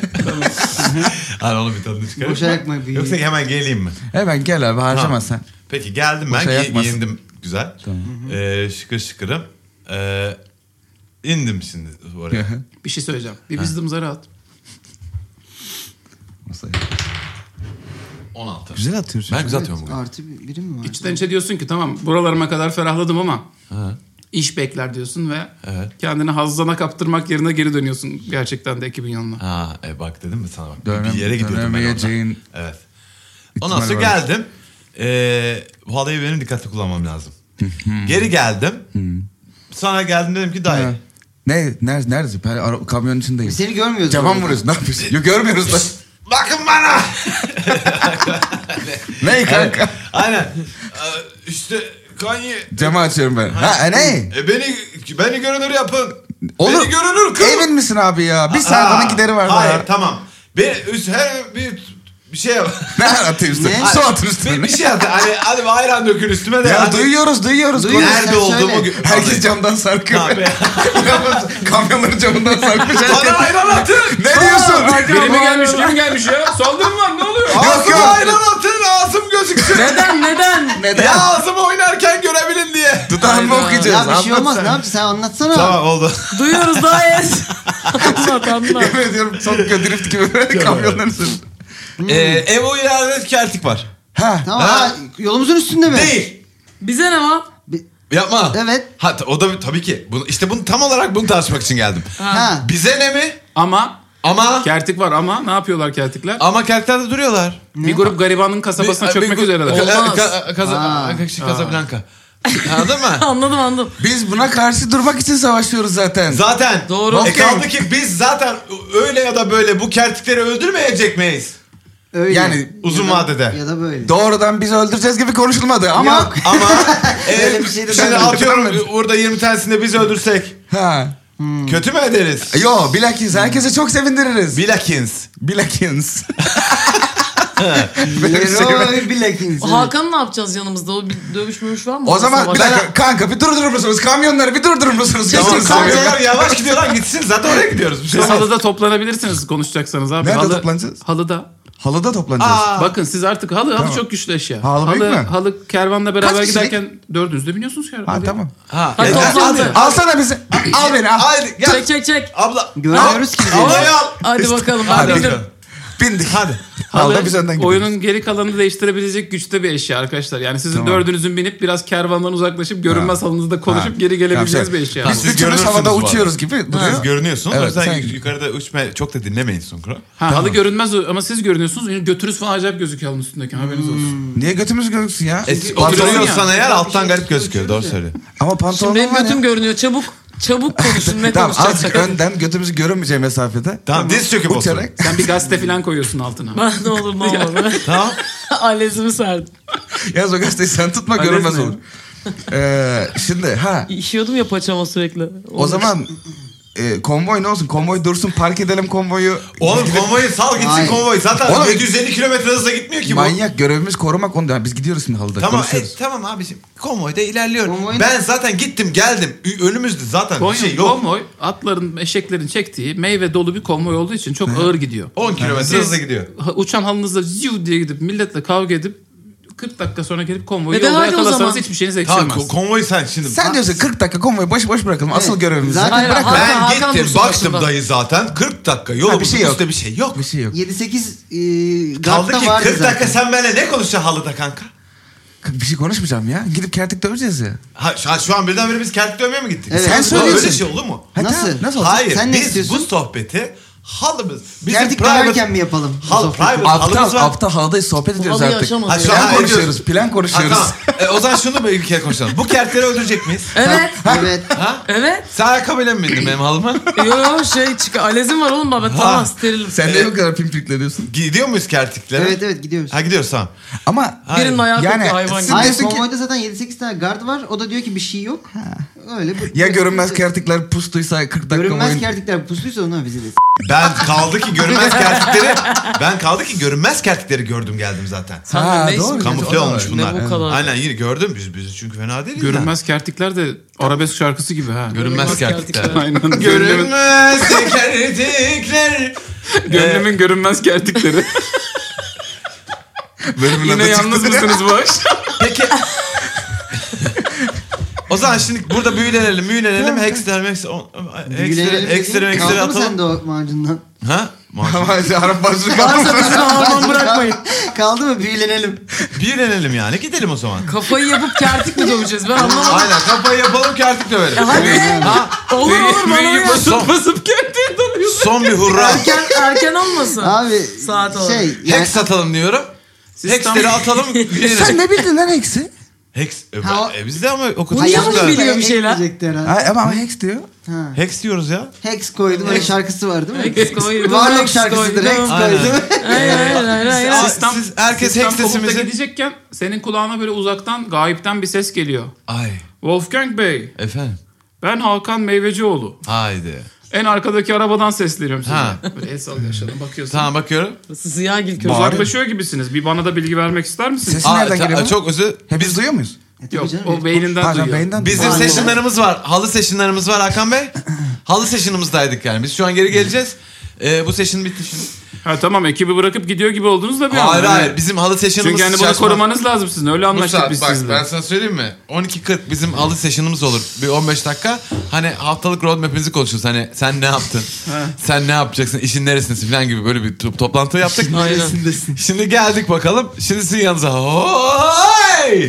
[SPEAKER 5] hani onun bir tadını çıkarayım.
[SPEAKER 3] Boşa yakma bir-
[SPEAKER 5] Yoksa hemen geleyim mi?
[SPEAKER 2] Hemen gel abi harcama sen.
[SPEAKER 5] Peki geldim ben.
[SPEAKER 2] Boşa
[SPEAKER 5] gi-
[SPEAKER 2] yakmasın.
[SPEAKER 5] giyindim güzel. Ee, şıkır şıkırım. Ee, indim şimdi oraya.
[SPEAKER 1] Bir şey söyleyeceğim. Bir wisdom zarı at.
[SPEAKER 5] 16.
[SPEAKER 2] Güzel atıyorsun.
[SPEAKER 5] Ben güzel şey. atıyorum bugün.
[SPEAKER 3] Artı bir, biri mi var?
[SPEAKER 1] İçten içe diyorsun ki tamam buralarıma kadar ferahladım ama
[SPEAKER 5] Ha.
[SPEAKER 1] iş bekler diyorsun ve
[SPEAKER 5] Evet.
[SPEAKER 1] kendini hazzana kaptırmak yerine geri dönüyorsun gerçekten de ekibin yanına.
[SPEAKER 5] Ha e bak dedim mi sana bak.
[SPEAKER 2] Dönem-
[SPEAKER 5] bir yere gidiyordum ben oradan.
[SPEAKER 2] dönemeyeceğin
[SPEAKER 5] Evet. Ondan sonra
[SPEAKER 2] ihtimali var.
[SPEAKER 5] geldim. Ee, bu adayı benim dikkatli kullanmam lazım. Geri geldim. Sonra geldim dedim ki dayı.
[SPEAKER 2] Ha. Ne? Nerede? Neredesin? Ben ara- kamyonun içindeyim.
[SPEAKER 3] E, Seni görmüyoruz.
[SPEAKER 2] Cevap
[SPEAKER 3] orada.
[SPEAKER 2] vuruyorsun. Ne yapıyorsun? Yok görmüyoruz lan.
[SPEAKER 5] Bakın bana.
[SPEAKER 2] ne kanka?
[SPEAKER 5] Aynen. Ee, işte Kanye.
[SPEAKER 2] Camı açıyorum ben. Ha e, ne?
[SPEAKER 5] E, beni beni görünür yapın.
[SPEAKER 2] Olur.
[SPEAKER 5] Beni görünür kılın.
[SPEAKER 2] Emin misin abi ya? Bir saatten gideri var
[SPEAKER 5] Hayır
[SPEAKER 2] daha.
[SPEAKER 5] tamam. Beni üst her bir bir şey yap.
[SPEAKER 2] Ne atayım üstüne?
[SPEAKER 3] Ne?
[SPEAKER 2] Su atın üstüne.
[SPEAKER 5] bir, bir şey yap. Hani hadi bir ayran dökün üstüme de.
[SPEAKER 2] Ya
[SPEAKER 5] hadi.
[SPEAKER 2] duyuyoruz duyuyoruz.
[SPEAKER 3] Duyuyoruz.
[SPEAKER 2] Konuş.
[SPEAKER 5] Nerede
[SPEAKER 3] Sen
[SPEAKER 5] olduğumu
[SPEAKER 3] söyle.
[SPEAKER 5] gö-
[SPEAKER 2] Herkes camdan sarkıyor.
[SPEAKER 5] Abi.
[SPEAKER 2] Kamyonları camından sarkmış. herkes.
[SPEAKER 5] Bana ayran atın.
[SPEAKER 2] ne diyorsun?
[SPEAKER 1] Biri mi gelmiş, kim gelmiş ya? Soldun var ne oluyor?
[SPEAKER 2] Yok, yok.
[SPEAKER 5] Ağzıma ayran atın. Ağzım gözüksün.
[SPEAKER 4] Neden neden?
[SPEAKER 2] Neden?
[SPEAKER 5] ya ağzımı oynarken görebilin diye.
[SPEAKER 2] Dudağını mı
[SPEAKER 3] Ya
[SPEAKER 2] okuyacağız?
[SPEAKER 3] bir şey
[SPEAKER 2] Anlat
[SPEAKER 3] olmaz.
[SPEAKER 2] sen.
[SPEAKER 3] Ne yapacaksın? Sen anlatsana.
[SPEAKER 5] Tamam oldu.
[SPEAKER 4] Duyuyoruz daha yes. anlat anlat.
[SPEAKER 2] Yemin ediyorum çok drift gibi böyle kamyonların üstüne.
[SPEAKER 5] ee, Evo ileride kertik var.
[SPEAKER 2] Ha.
[SPEAKER 3] Tamam.
[SPEAKER 5] Ha?
[SPEAKER 3] ha, Yolumuzun üstünde mi?
[SPEAKER 5] Değil.
[SPEAKER 4] Bize ne var?
[SPEAKER 3] Bi-
[SPEAKER 5] Yapma.
[SPEAKER 3] Evet.
[SPEAKER 5] Ha, ta- o da tabii ki. Bunu, işte bunu tam olarak bunu tartışmak için geldim.
[SPEAKER 3] Ha.
[SPEAKER 5] Bize ne mi?
[SPEAKER 1] Ama
[SPEAKER 5] Ama
[SPEAKER 1] kertik var ama ne yapıyorlar kertikler?
[SPEAKER 5] ama kertikler de duruyorlar.
[SPEAKER 1] Bir grup garibanın kasabasına çökmek üzereler.
[SPEAKER 4] Olmaz.
[SPEAKER 5] Kaza, Casablanca. Anladın mı?
[SPEAKER 4] Anladım anladım.
[SPEAKER 2] Biz buna karşı durmak için savaşıyoruz zaten.
[SPEAKER 5] Zaten.
[SPEAKER 4] Doğru.
[SPEAKER 5] E kaldı ki biz zaten öyle ya da böyle bu kertikleri öldürmeyecek miyiz?
[SPEAKER 3] Öyle.
[SPEAKER 2] Yani
[SPEAKER 5] Uzun
[SPEAKER 3] Ya da-
[SPEAKER 5] vadede.
[SPEAKER 3] Ya da böyle.
[SPEAKER 2] Doğrudan biz öldüreceğiz gibi konuşulmadı ama
[SPEAKER 3] Yok.
[SPEAKER 5] Ama
[SPEAKER 3] Öyle
[SPEAKER 5] e,
[SPEAKER 3] bir şey de
[SPEAKER 5] şimdi
[SPEAKER 3] demedim.
[SPEAKER 5] atıyorum orada 20 tanesini de biz öldürsek
[SPEAKER 2] ha.
[SPEAKER 3] Hmm.
[SPEAKER 5] kötü mü ederiz?
[SPEAKER 2] Yo bilakis herkese çok sevindiririz.
[SPEAKER 5] Bilakins.
[SPEAKER 2] Bilakins. şey
[SPEAKER 3] Leroy Blackins.
[SPEAKER 4] Hakan'ı ne yapacağız yanımızda? O bir dövüş mövüş var mı?
[SPEAKER 2] O zaman bir
[SPEAKER 4] Savaş.
[SPEAKER 2] dakika kanka bir durdurur musunuz? Kamyonları bir durdurur musunuz?
[SPEAKER 5] Tamam,
[SPEAKER 2] Geçin kamyonları.
[SPEAKER 5] kamyonlar yavaş gidiyor lan gitsin zaten oraya gidiyoruz. Bir şey
[SPEAKER 1] Siz
[SPEAKER 5] olmaz.
[SPEAKER 1] halıda toplanabilirsiniz konuşacaksanız abi.
[SPEAKER 2] Nerede
[SPEAKER 1] Halı-
[SPEAKER 2] toplanacağız?
[SPEAKER 1] Halıda.
[SPEAKER 2] Halıda toplanacağız.
[SPEAKER 5] Aa.
[SPEAKER 1] Bakın siz artık halı halı
[SPEAKER 2] Tamam.
[SPEAKER 1] çok güçlü eşya.
[SPEAKER 2] Halı büyük mü?
[SPEAKER 1] halı kervanla beraber
[SPEAKER 2] Kaç kişilik?
[SPEAKER 1] giderken dördünüz de biniyorsunuz kervan.
[SPEAKER 2] ha tamam.
[SPEAKER 5] Ha,
[SPEAKER 4] Hadi
[SPEAKER 5] e,
[SPEAKER 4] toplan
[SPEAKER 5] hadi.
[SPEAKER 4] be.
[SPEAKER 2] Alsana bizi. Al beni al.
[SPEAKER 5] Haydi gel.
[SPEAKER 4] Çek çek çek.
[SPEAKER 5] Abla.
[SPEAKER 3] Görmüyoruz ki bizi.
[SPEAKER 5] Havaya al.
[SPEAKER 4] Hadi bakalım
[SPEAKER 5] Hadi
[SPEAKER 4] ben bildim.
[SPEAKER 5] bakalım.
[SPEAKER 2] Bindik.
[SPEAKER 5] Hadi.
[SPEAKER 2] Halıda biz önden gidiyoruz.
[SPEAKER 1] Oyunun geri kalanını değiştirebilecek güçte bir eşya arkadaşlar. Yani sizin
[SPEAKER 2] Tamam.
[SPEAKER 1] dördünüzün binip biraz kervandan uzaklaşıp görünmez halınızda konuşup geri gelebileceğiniz bir eşya.
[SPEAKER 5] Tamam.
[SPEAKER 2] şey, Biz
[SPEAKER 5] Siz
[SPEAKER 2] üçümüz
[SPEAKER 5] görürsünüz bu
[SPEAKER 2] havada
[SPEAKER 5] arada.
[SPEAKER 2] uçuyoruz gibi
[SPEAKER 5] Siz
[SPEAKER 2] duruyor.
[SPEAKER 5] görünüyorsunuz.
[SPEAKER 2] Evet,
[SPEAKER 5] o yüzden
[SPEAKER 2] sen-
[SPEAKER 5] yük- yukarıda uçma çok da dinlemeyin Sunkro.
[SPEAKER 1] Ha, Halı görünmez ama siz görünüyorsunuz. Götünüz falan acayip gözüküyor halının üstündeki haberiniz
[SPEAKER 5] Hmm.
[SPEAKER 1] olsun.
[SPEAKER 2] Niye götümüz gözüksün ya?
[SPEAKER 5] E,
[SPEAKER 1] oturuyor
[SPEAKER 2] Pantolon-
[SPEAKER 5] oturuyorsan eğer alttan garip gözüküyor. Doğru söylüyor.
[SPEAKER 2] Ama pantolon
[SPEAKER 4] Şimdi benim
[SPEAKER 2] var ya.
[SPEAKER 4] götüm görünüyor. Çabuk çabuk konuşun ne
[SPEAKER 2] Tamam azıcık
[SPEAKER 4] konuşacaksak.
[SPEAKER 2] önden götümüzü görünmeyeceği mesafede.
[SPEAKER 5] Tamam, diz çöküp otur.
[SPEAKER 2] Uçarak.
[SPEAKER 1] Sen bir gazete falan koyuyorsun altına.
[SPEAKER 4] Ben ne olur ne olur.
[SPEAKER 5] Tamam.
[SPEAKER 4] Alezimi serdim.
[SPEAKER 2] Yaz o gazeteyi sen tutma
[SPEAKER 1] Hadi
[SPEAKER 2] görünmez
[SPEAKER 1] etme.
[SPEAKER 2] olur. Ee, şimdi ha
[SPEAKER 4] İşiyordum ya paçama sürekli.
[SPEAKER 2] o zaman e, konvoy ne olsun? Konvoy dursun park edelim konvoyu.
[SPEAKER 5] Oğlum konvoyu sal gitsin
[SPEAKER 3] Hayır.
[SPEAKER 5] konvoy. Zaten
[SPEAKER 2] Oğlum-
[SPEAKER 5] 750 kilometre hızla gitmiyor ki bu.
[SPEAKER 2] Manyak görevimiz korumak onu. Yani biz gidiyoruz şimdi halıda
[SPEAKER 5] Tamam
[SPEAKER 2] konuşuyoruz.
[SPEAKER 5] e, tamam abiciğim. Konvoyda ilerliyor.
[SPEAKER 3] Konvoyda-
[SPEAKER 5] Ben zaten gittim geldim. Ü- Önümüzde zaten
[SPEAKER 1] Konvoy,
[SPEAKER 5] bir şey yok.
[SPEAKER 1] konvoy atların, eşeklerin çektiği meyve dolu bir konvoy olduğu için çok ağır gidiyor.
[SPEAKER 5] 10 kilometre hızla gidiyor.
[SPEAKER 1] Ha- Uçan halınızla ziu diye gidip milletle kavga edip 40 dakika sonra gelip konvoyu
[SPEAKER 4] E de
[SPEAKER 1] yolda
[SPEAKER 4] hadi o
[SPEAKER 1] yakalasanız
[SPEAKER 4] zaman.
[SPEAKER 1] hiçbir şeyiniz
[SPEAKER 5] Tamam
[SPEAKER 1] eksilmez.
[SPEAKER 5] ko- konvoy sen şimdi.
[SPEAKER 2] Sen diyorsun 40 dakika konvoyu boş boş bırakalım. Asıl
[SPEAKER 3] Evet.
[SPEAKER 2] görevimiz.
[SPEAKER 3] Zaten-
[SPEAKER 2] Zaten
[SPEAKER 4] Hayır,
[SPEAKER 2] bırak.
[SPEAKER 4] hayır.
[SPEAKER 5] ben
[SPEAKER 4] Hakan- Hakan
[SPEAKER 5] gittim
[SPEAKER 4] dursun
[SPEAKER 5] baktım
[SPEAKER 1] karşımda.
[SPEAKER 5] dayı zaten 40 dakika yolumuzun
[SPEAKER 2] bir şey yok.
[SPEAKER 5] üstte bir şey yok.
[SPEAKER 2] Bir şey yok.
[SPEAKER 3] 7-8 e,
[SPEAKER 5] Kaldı
[SPEAKER 3] Galata
[SPEAKER 5] ki
[SPEAKER 3] vardı
[SPEAKER 5] 40 dakika
[SPEAKER 3] zaten.
[SPEAKER 5] sen benimle ne konuşacaksın halıda kanka?
[SPEAKER 2] Bir şey konuşmayacağım ya. Gidip kertik döveceğiz ya.
[SPEAKER 5] Ha, şu, an- şu an birdenbire biz kent dövmeye mi gittik?
[SPEAKER 3] Evet.
[SPEAKER 2] Sen
[SPEAKER 5] Ulan
[SPEAKER 2] söylüyorsun.
[SPEAKER 5] Öyle şey olur mu?
[SPEAKER 2] Ha,
[SPEAKER 3] Nasıl?
[SPEAKER 2] tamam, Nasıl? olacak?
[SPEAKER 5] Hayır
[SPEAKER 3] Sen ne
[SPEAKER 5] biz
[SPEAKER 3] istiyorsun?
[SPEAKER 5] bu sohbeti halımız. Bizim
[SPEAKER 3] Geldik
[SPEAKER 5] private-
[SPEAKER 3] dönerken mi yapalım? bu
[SPEAKER 5] Hal,
[SPEAKER 3] sohbeti?
[SPEAKER 5] private halımız
[SPEAKER 2] Aptal,
[SPEAKER 5] var.
[SPEAKER 2] aptal halıdayız sohbet ediyoruz
[SPEAKER 4] halıyı
[SPEAKER 2] artık.
[SPEAKER 4] aşamadı
[SPEAKER 5] Ha, şu
[SPEAKER 4] ya.
[SPEAKER 5] an-
[SPEAKER 2] Plan
[SPEAKER 5] Ha,
[SPEAKER 2] konuşuyoruz,
[SPEAKER 5] ediyoruz.
[SPEAKER 2] plan
[SPEAKER 5] Ha,
[SPEAKER 2] konuşuyoruz.
[SPEAKER 5] tamam. E, o zaman şunu bir kere konuşalım. Bu kertleri öldürecek miyiz?
[SPEAKER 4] Evet.
[SPEAKER 3] Evet.
[SPEAKER 5] Ha?
[SPEAKER 4] evet.
[SPEAKER 5] Sen ayakkabıyla mı bindin benim halıma?
[SPEAKER 4] Yo yo şey çık alezim var oğlum baba
[SPEAKER 5] Ha.
[SPEAKER 4] tamam sterilim.
[SPEAKER 2] Sen niye bu kadar pimpirikleniyorsun?
[SPEAKER 5] Gidiyor muyuz kertiklere?
[SPEAKER 3] evet evet gidiyoruz.
[SPEAKER 5] Ha gidiyoruz tamam.
[SPEAKER 2] Ama
[SPEAKER 5] Hayır.
[SPEAKER 4] Birinin ayağı
[SPEAKER 2] Yani-
[SPEAKER 4] yani, hayvan gibi.
[SPEAKER 2] Sen
[SPEAKER 3] Hayır
[SPEAKER 2] diyorsun ki-
[SPEAKER 3] konvoyda zaten 7-8 tane gard var. O da diyor ki bir şey yok. Öyle. bu-
[SPEAKER 2] ya görünmez kertikler pustuysa 40 dakika
[SPEAKER 3] Görünmez
[SPEAKER 2] oyun-
[SPEAKER 3] kerdikler pusluysa onlar bizi de s-
[SPEAKER 5] Ben kaldı ki görünmez kertikleri ben kaldı ki görünmez kertikleri gördüm geldim zaten.
[SPEAKER 4] Sen de
[SPEAKER 2] Ha,
[SPEAKER 4] neysin?
[SPEAKER 2] doğru.
[SPEAKER 5] Kamufle
[SPEAKER 2] O da var.
[SPEAKER 5] olmuş bunlar.
[SPEAKER 4] Ne bu kadar?
[SPEAKER 5] Aynen yine gördüm biz biz çünkü fena değiliz.
[SPEAKER 1] Görünmez kertikler de arabesk şarkısı gibi ha.
[SPEAKER 5] Görünmez kertikler.
[SPEAKER 1] Aynen.
[SPEAKER 5] yani. Görünmez kertikler. Ee,
[SPEAKER 1] Gönlümün görünmez kertikleri.
[SPEAKER 2] Bölümün
[SPEAKER 1] Yine
[SPEAKER 2] adı
[SPEAKER 1] yalnız
[SPEAKER 2] çıktı.
[SPEAKER 1] mısınız bu akşam?
[SPEAKER 5] Peki. O zaman şimdi burada büyülenelim, büyülenelim. Hexler, Hexler, Hexler,
[SPEAKER 3] Gülenelim
[SPEAKER 5] Hexler,
[SPEAKER 3] dediğin-
[SPEAKER 5] Hexler
[SPEAKER 3] Kaldı mı sen
[SPEAKER 5] atalım.
[SPEAKER 3] de o macundan?
[SPEAKER 5] Ha? Maşallah.
[SPEAKER 2] Ama Arap başlığı kalmış.
[SPEAKER 4] Aman bırakmayın.
[SPEAKER 3] Kaldı mı büyülenelim.
[SPEAKER 5] Büyülenelim yani. Gidelim o zaman.
[SPEAKER 4] Kafayı yapıp kertik mi döveceğiz ben anlamadım.
[SPEAKER 5] Aynen kafayı yapalım ki artık dövelim.
[SPEAKER 4] Hadi. Olur olur bana
[SPEAKER 1] Neyi
[SPEAKER 4] uyar.
[SPEAKER 1] basıp basıp kertiğe dalıyor.
[SPEAKER 5] Son bir hurra.
[SPEAKER 4] Erken, erken olmasın.
[SPEAKER 3] Abi
[SPEAKER 4] Saat olarak.
[SPEAKER 3] şey yani,
[SPEAKER 5] Hex atalım diyorum. Hexleri atalım.
[SPEAKER 2] Sen
[SPEAKER 5] Büyülenelim.
[SPEAKER 2] ne bildin lan Hex'i?
[SPEAKER 5] Hex. E,
[SPEAKER 3] Ha, o-
[SPEAKER 5] e, biz de
[SPEAKER 4] Bu
[SPEAKER 5] ama
[SPEAKER 4] yanlış
[SPEAKER 5] okutmuşuz da.
[SPEAKER 4] biliyor bir şeyler.
[SPEAKER 3] Ekleyecekti herhalde.
[SPEAKER 2] Ay, ama Hex diyor.
[SPEAKER 3] Ha.
[SPEAKER 5] Hex diyoruz ya.
[SPEAKER 3] Hex koydum. Öyle şarkısı var değil mi?
[SPEAKER 4] Hex koydum,
[SPEAKER 3] Varlık
[SPEAKER 4] Hex
[SPEAKER 3] şarkısıdır. Hex
[SPEAKER 4] koydum.
[SPEAKER 3] koydum.
[SPEAKER 4] Hayır hayır hayır. hayır.
[SPEAKER 5] Aa, siz herkes
[SPEAKER 1] sistem
[SPEAKER 5] Hex sesimizi-
[SPEAKER 1] komutta gidecekken senin kulağına böyle uzaktan gayipten bir ses geliyor.
[SPEAKER 5] Ay
[SPEAKER 1] Wolfgang Bey,
[SPEAKER 5] efendim.
[SPEAKER 1] ben Hakan Meyvecioğlu.
[SPEAKER 5] Haydi.
[SPEAKER 1] En arkadaki arabadan sesleniyorum size.
[SPEAKER 5] Ha.
[SPEAKER 1] Böyle el sallayaşalım bakıyorsun.
[SPEAKER 5] Tamam bakıyorum.
[SPEAKER 4] Ziya Gül Köz.
[SPEAKER 1] Uzaklaşıyor gibisiniz. Bir bana da bilgi vermek ister misiniz?
[SPEAKER 2] Ses nereden
[SPEAKER 5] ta-
[SPEAKER 2] geliyor bu?
[SPEAKER 5] çok özür.
[SPEAKER 2] Hepimiz duyuyor muyuz?
[SPEAKER 1] Yok
[SPEAKER 3] E canım,
[SPEAKER 1] o
[SPEAKER 3] herif
[SPEAKER 1] beyninden
[SPEAKER 2] Pardon
[SPEAKER 1] duyuyor.
[SPEAKER 2] beyinden.
[SPEAKER 5] Bizim
[SPEAKER 3] Aynen.
[SPEAKER 5] sessionlarımız var. Halı sessionlarımız var Hakan Bey. Halı sessionımızdaydık yani. Biz şu an geri geleceğiz. Ee, bu session bitti şimdi.
[SPEAKER 1] Ha tamam ekibi bırakıp gidiyor gibi oldunuz da bir
[SPEAKER 5] Hayır
[SPEAKER 1] anda.
[SPEAKER 5] hayır. Bizim halı sessionımız
[SPEAKER 1] Çünkü yani bunu
[SPEAKER 5] şaşmaz.
[SPEAKER 1] korumanız lazım sizin. Öyle anlaştık
[SPEAKER 5] Mustafa,
[SPEAKER 1] biz
[SPEAKER 5] bak
[SPEAKER 1] sizle.
[SPEAKER 5] ben sana söyleyeyim mi? 12.40 bizim halı session'ımız olur. Bir 15 dakika. Hani haftalık roadmap'imizi konuşuruz. Hani sen ne yaptın? sen ne yapacaksın? İşin neresindesin falan gibi böyle bir to- toplantı yaptık.
[SPEAKER 3] neresindesin?
[SPEAKER 5] Şimdi geldik bakalım. Şimdi sizin yanınıza. Hoy!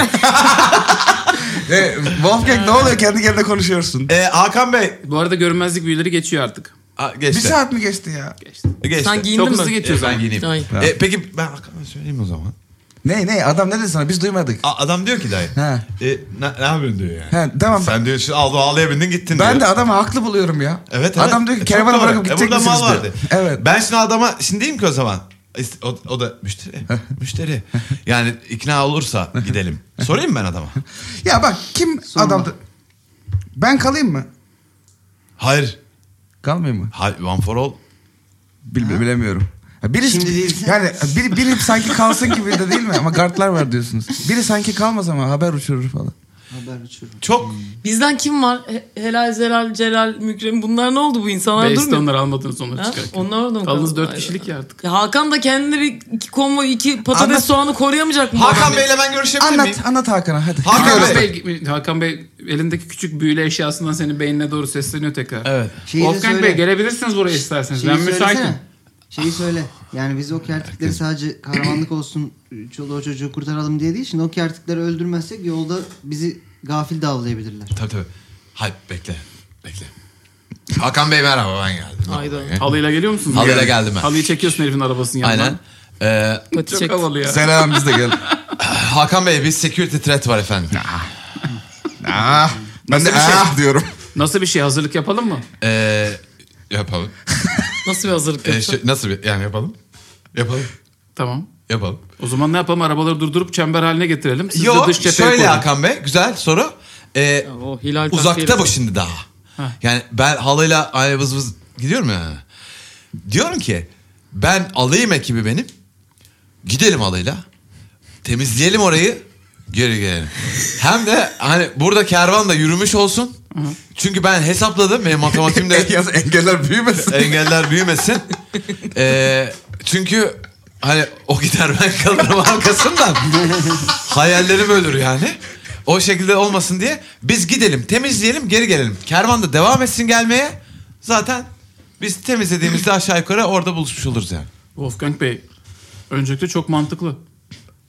[SPEAKER 2] E, Wolfgang ne oluyor kendi kendine konuşuyorsun.
[SPEAKER 5] Ee, Hakan Bey.
[SPEAKER 1] Bu arada görünmezlik büyüleri geçiyor artık.
[SPEAKER 5] Aa,
[SPEAKER 2] Bir
[SPEAKER 5] geçti.
[SPEAKER 2] saat mi geçti ya?
[SPEAKER 5] Geçti.
[SPEAKER 4] Sen giyindin
[SPEAKER 1] Çok
[SPEAKER 4] mi?
[SPEAKER 1] hızlı geçiyor
[SPEAKER 5] Ee, ben
[SPEAKER 1] zaten.
[SPEAKER 5] giyineyim.
[SPEAKER 4] Ay.
[SPEAKER 5] Ee, peki ben Hakan'a söyleyeyim o zaman.
[SPEAKER 2] Ne ne adam ne dedi sana biz duymadık.
[SPEAKER 5] A- adam diyor ki dayı.
[SPEAKER 2] He.
[SPEAKER 5] E, ne, ne yapıyorsun diyor yani.
[SPEAKER 2] He, tamam.
[SPEAKER 5] Sen diyor şu aldı ağlaya bindin gittin
[SPEAKER 2] Ben
[SPEAKER 5] diyor.
[SPEAKER 2] de adamı haklı buluyorum ya.
[SPEAKER 5] Evet, evet.
[SPEAKER 2] Adam diyor ki
[SPEAKER 5] E,
[SPEAKER 2] kervanı
[SPEAKER 5] çok doğru.
[SPEAKER 2] bırakıp
[SPEAKER 5] E,
[SPEAKER 2] gidecek
[SPEAKER 5] burada
[SPEAKER 2] misiniz
[SPEAKER 5] mal
[SPEAKER 2] diyor.
[SPEAKER 5] vardı.
[SPEAKER 2] Evet.
[SPEAKER 5] Ben şimdi adama şimdi diyeyim ki o zaman. İst- O, o da müşteri. müşteri. Yani ikna olursa gidelim. Sorayım mı ben adama?
[SPEAKER 2] Ya bak kim adamdı? Ben kalayım mı?
[SPEAKER 5] Hayır.
[SPEAKER 2] Kalmayayım mı?
[SPEAKER 5] Hayır. One for all.
[SPEAKER 2] Bil- bilemiyorum. Ya Biri,
[SPEAKER 3] Şimdi değil.
[SPEAKER 2] yani biri, biri sanki kalsın gibi de değil mi? Ama gardlar var diyorsunuz. Biri sanki kalmaz ama haber uçurur falan.
[SPEAKER 3] Haber uçurum.
[SPEAKER 5] Çok.
[SPEAKER 4] Bizden kim var? He- Helal, Zelal, Celal, Mükrem. Bunlar ne oldu bu insanlar
[SPEAKER 1] Base'de
[SPEAKER 4] durmuyor. mu?
[SPEAKER 1] onları almadınız onları
[SPEAKER 4] Ha?
[SPEAKER 1] çıkarken.
[SPEAKER 4] Onlar orada mı
[SPEAKER 1] Yalnız
[SPEAKER 4] kaldı?
[SPEAKER 1] 4
[SPEAKER 4] Aynen.
[SPEAKER 1] kişilik ya artık.
[SPEAKER 4] Ya Hakan da kendine bir iki konvoy, iki patates
[SPEAKER 2] Anlat.
[SPEAKER 4] soğanı koruyamayacak mı?
[SPEAKER 5] Hakan
[SPEAKER 4] Adam?
[SPEAKER 5] Bey'le ben görüşebilir miyim?
[SPEAKER 2] Anlat, anlat Hakan'a hadi.
[SPEAKER 5] Hakan
[SPEAKER 1] Hakan
[SPEAKER 5] Bey.
[SPEAKER 1] Bey, Hakan Bey elindeki küçük büyülü eşyasından senin beynine doğru sesleniyor tekrar.
[SPEAKER 5] Evet.
[SPEAKER 3] Şeyi de
[SPEAKER 1] Wolfgang
[SPEAKER 3] söyle.
[SPEAKER 1] Bey gelebilirsiniz buraya isterseniz.
[SPEAKER 3] Şeyi
[SPEAKER 1] ben müsaitim.
[SPEAKER 3] söylesene. Şeyi söyle. Yani biz o kertikleri sadece kahramanlık olsun, çoluğu çocuğu kurtaralım diye değil. Şimdi o kertikleri öldürmezsek yolda bizi gafil de avlayabilirler.
[SPEAKER 5] Tabii tabii. Hayır bekle. Bekle. Hakan Bey merhaba ben geldim.
[SPEAKER 4] Hayda.
[SPEAKER 1] Halıyla geliyor musunuz?
[SPEAKER 5] Halıyla
[SPEAKER 1] Yani.
[SPEAKER 5] geldim ben.
[SPEAKER 1] Halıyı çekiyorsun herifin arabasının yanına.
[SPEAKER 5] Aynen. Ee,
[SPEAKER 4] Pati
[SPEAKER 1] Çok
[SPEAKER 4] çekti.
[SPEAKER 1] havalı ya.
[SPEAKER 2] Selam biz de gel.
[SPEAKER 5] Hakan Bey bir security threat var efendim.
[SPEAKER 2] ah, ben de
[SPEAKER 5] bir şey?
[SPEAKER 2] ah diyorum.
[SPEAKER 1] Nasıl bir şey hazırlık yapalım mı?
[SPEAKER 5] Ee, yapalım.
[SPEAKER 4] Nasıl bir hazırlık
[SPEAKER 5] Ee,
[SPEAKER 4] yapacak?
[SPEAKER 5] şey, nasıl bir yani yapalım? Yapalım.
[SPEAKER 1] Tamam.
[SPEAKER 5] Yapalım.
[SPEAKER 1] O zaman ne yapalım? Arabaları durdurup çember haline getirelim. Siz de
[SPEAKER 5] Yo
[SPEAKER 1] dış cepheye
[SPEAKER 5] şöyle
[SPEAKER 1] koyun.
[SPEAKER 5] Hakan Bey güzel soru. Ee,
[SPEAKER 4] O Hilal
[SPEAKER 5] uzakta
[SPEAKER 4] taktiği-
[SPEAKER 5] bu şimdi daha. Yani ben halıyla aynı vız vız gidiyorum ya. Diyorum ki ben alayım ekibi benim. Gidelim halıyla. Temizleyelim orayı. Geri gelelim. Hem de hani burada kervan da yürümüş olsun. Çünkü ben hesapladım. Benim matematiğimde
[SPEAKER 2] Yaz engeller büyümesin.
[SPEAKER 5] engeller büyümesin. Ee, çünkü hani o gider ben kalırım arkasından. Hayallerim ölür yani. O şekilde olmasın diye biz gidelim temizleyelim geri gelelim. Kervan da devam etsin gelmeye. Zaten biz temizlediğimizde aşağı yukarı orada buluşmuş oluruz yani.
[SPEAKER 1] Wolfgang Bey, öncelikle çok mantıklı.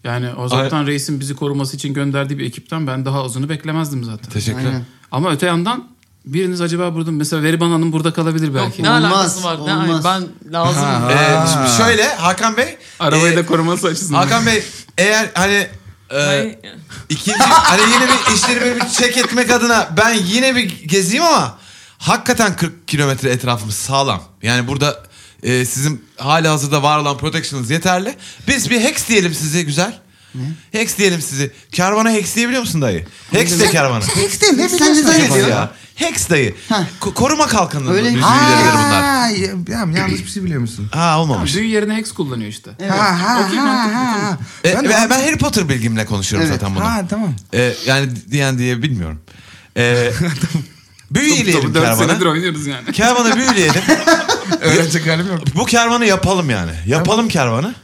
[SPEAKER 1] Yani Azaptan Reis'in bizi koruması için gönderdiği bir ekipten ben daha azını beklemezdim zaten.
[SPEAKER 5] Teşekkürler.
[SPEAKER 3] Aynen.
[SPEAKER 1] Ama öte yandan biriniz acaba burada mesela Veriban Hanım burada kalabilir belki.
[SPEAKER 4] ne
[SPEAKER 3] Olmaz,
[SPEAKER 4] alakası var? Ne-
[SPEAKER 3] olmaz.
[SPEAKER 4] Ben lazım.
[SPEAKER 5] Ee, şimdi şöyle Hakan Bey.
[SPEAKER 1] Arabayı
[SPEAKER 5] e,
[SPEAKER 1] da koruması açısından.
[SPEAKER 5] Hakan Bey eğer hani e,
[SPEAKER 4] Ay,
[SPEAKER 5] İkinci hani yine bir işleri böyle bir çek etmek adına ben yine bir gezeyim ama hakikaten 40 kilometre etrafımız sağlam. Yani burada e, sizin hali hazırda var olan protection'ınız yeterli. Biz bir hex diyelim size güzel. Hex diyelim sizi. Kervana hex diyebiliyor musun dayı? Hex de kervana.
[SPEAKER 2] Hiç de ne
[SPEAKER 3] Sen
[SPEAKER 2] biliyorsun
[SPEAKER 3] ne
[SPEAKER 5] Hex
[SPEAKER 3] zannediyorsun?
[SPEAKER 5] ya. Hex dayı.
[SPEAKER 3] Heh.
[SPEAKER 5] Ko- koruma kalkanının
[SPEAKER 3] Öyle
[SPEAKER 5] Öyle
[SPEAKER 3] mi?
[SPEAKER 5] bunlar.
[SPEAKER 2] Ha, ya, ya, yanlış bir şey biliyor musun?
[SPEAKER 5] Ha olmamış.
[SPEAKER 1] Büyü yerine hex kullanıyor işte.
[SPEAKER 2] Ha ha
[SPEAKER 1] Okey,
[SPEAKER 2] ha
[SPEAKER 1] mantıklı,
[SPEAKER 2] ha.
[SPEAKER 5] E,
[SPEAKER 2] Ben-
[SPEAKER 5] ben, ben Harry Potter bilgimle konuşuyorum
[SPEAKER 3] Evet.
[SPEAKER 5] zaten bunu.
[SPEAKER 2] Ha tamam.
[SPEAKER 5] E, yani diyen diye bilmiyorum. E, büyü
[SPEAKER 1] Topu
[SPEAKER 5] ileyelim
[SPEAKER 1] 4
[SPEAKER 5] kervana.
[SPEAKER 1] senedir oynuyoruz yani.
[SPEAKER 5] Kervanı büyüleyelim.
[SPEAKER 2] Öğrenecek halim yok.
[SPEAKER 5] Bu kervanı yapalım yani. Yapalım kervanı.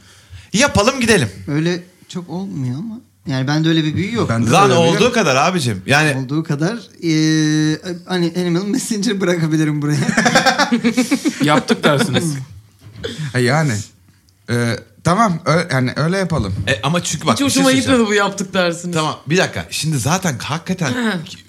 [SPEAKER 5] Yapalım gidelim.
[SPEAKER 3] Öyle çok olmuyor ama. Yani bende öyle bir büyü yok.
[SPEAKER 2] Ben de
[SPEAKER 5] Lan
[SPEAKER 2] öyle biliyorum.
[SPEAKER 5] olduğu kadar abicim. Yani
[SPEAKER 3] Olduğu kadar eee, hani Animal Messenger bırakabilirim buraya.
[SPEAKER 1] Yaptık dersiniz.
[SPEAKER 2] Ha, yani. Ee, tamam ö- yani öyle yapalım.
[SPEAKER 5] e, ama çünkü bak
[SPEAKER 4] hiç
[SPEAKER 5] bir şey
[SPEAKER 4] hoşuma
[SPEAKER 5] söyleyeceğim.
[SPEAKER 4] gitmedi bu yaptık dersiniz.
[SPEAKER 5] Tamam bir dakika. Şimdi zaten hakikaten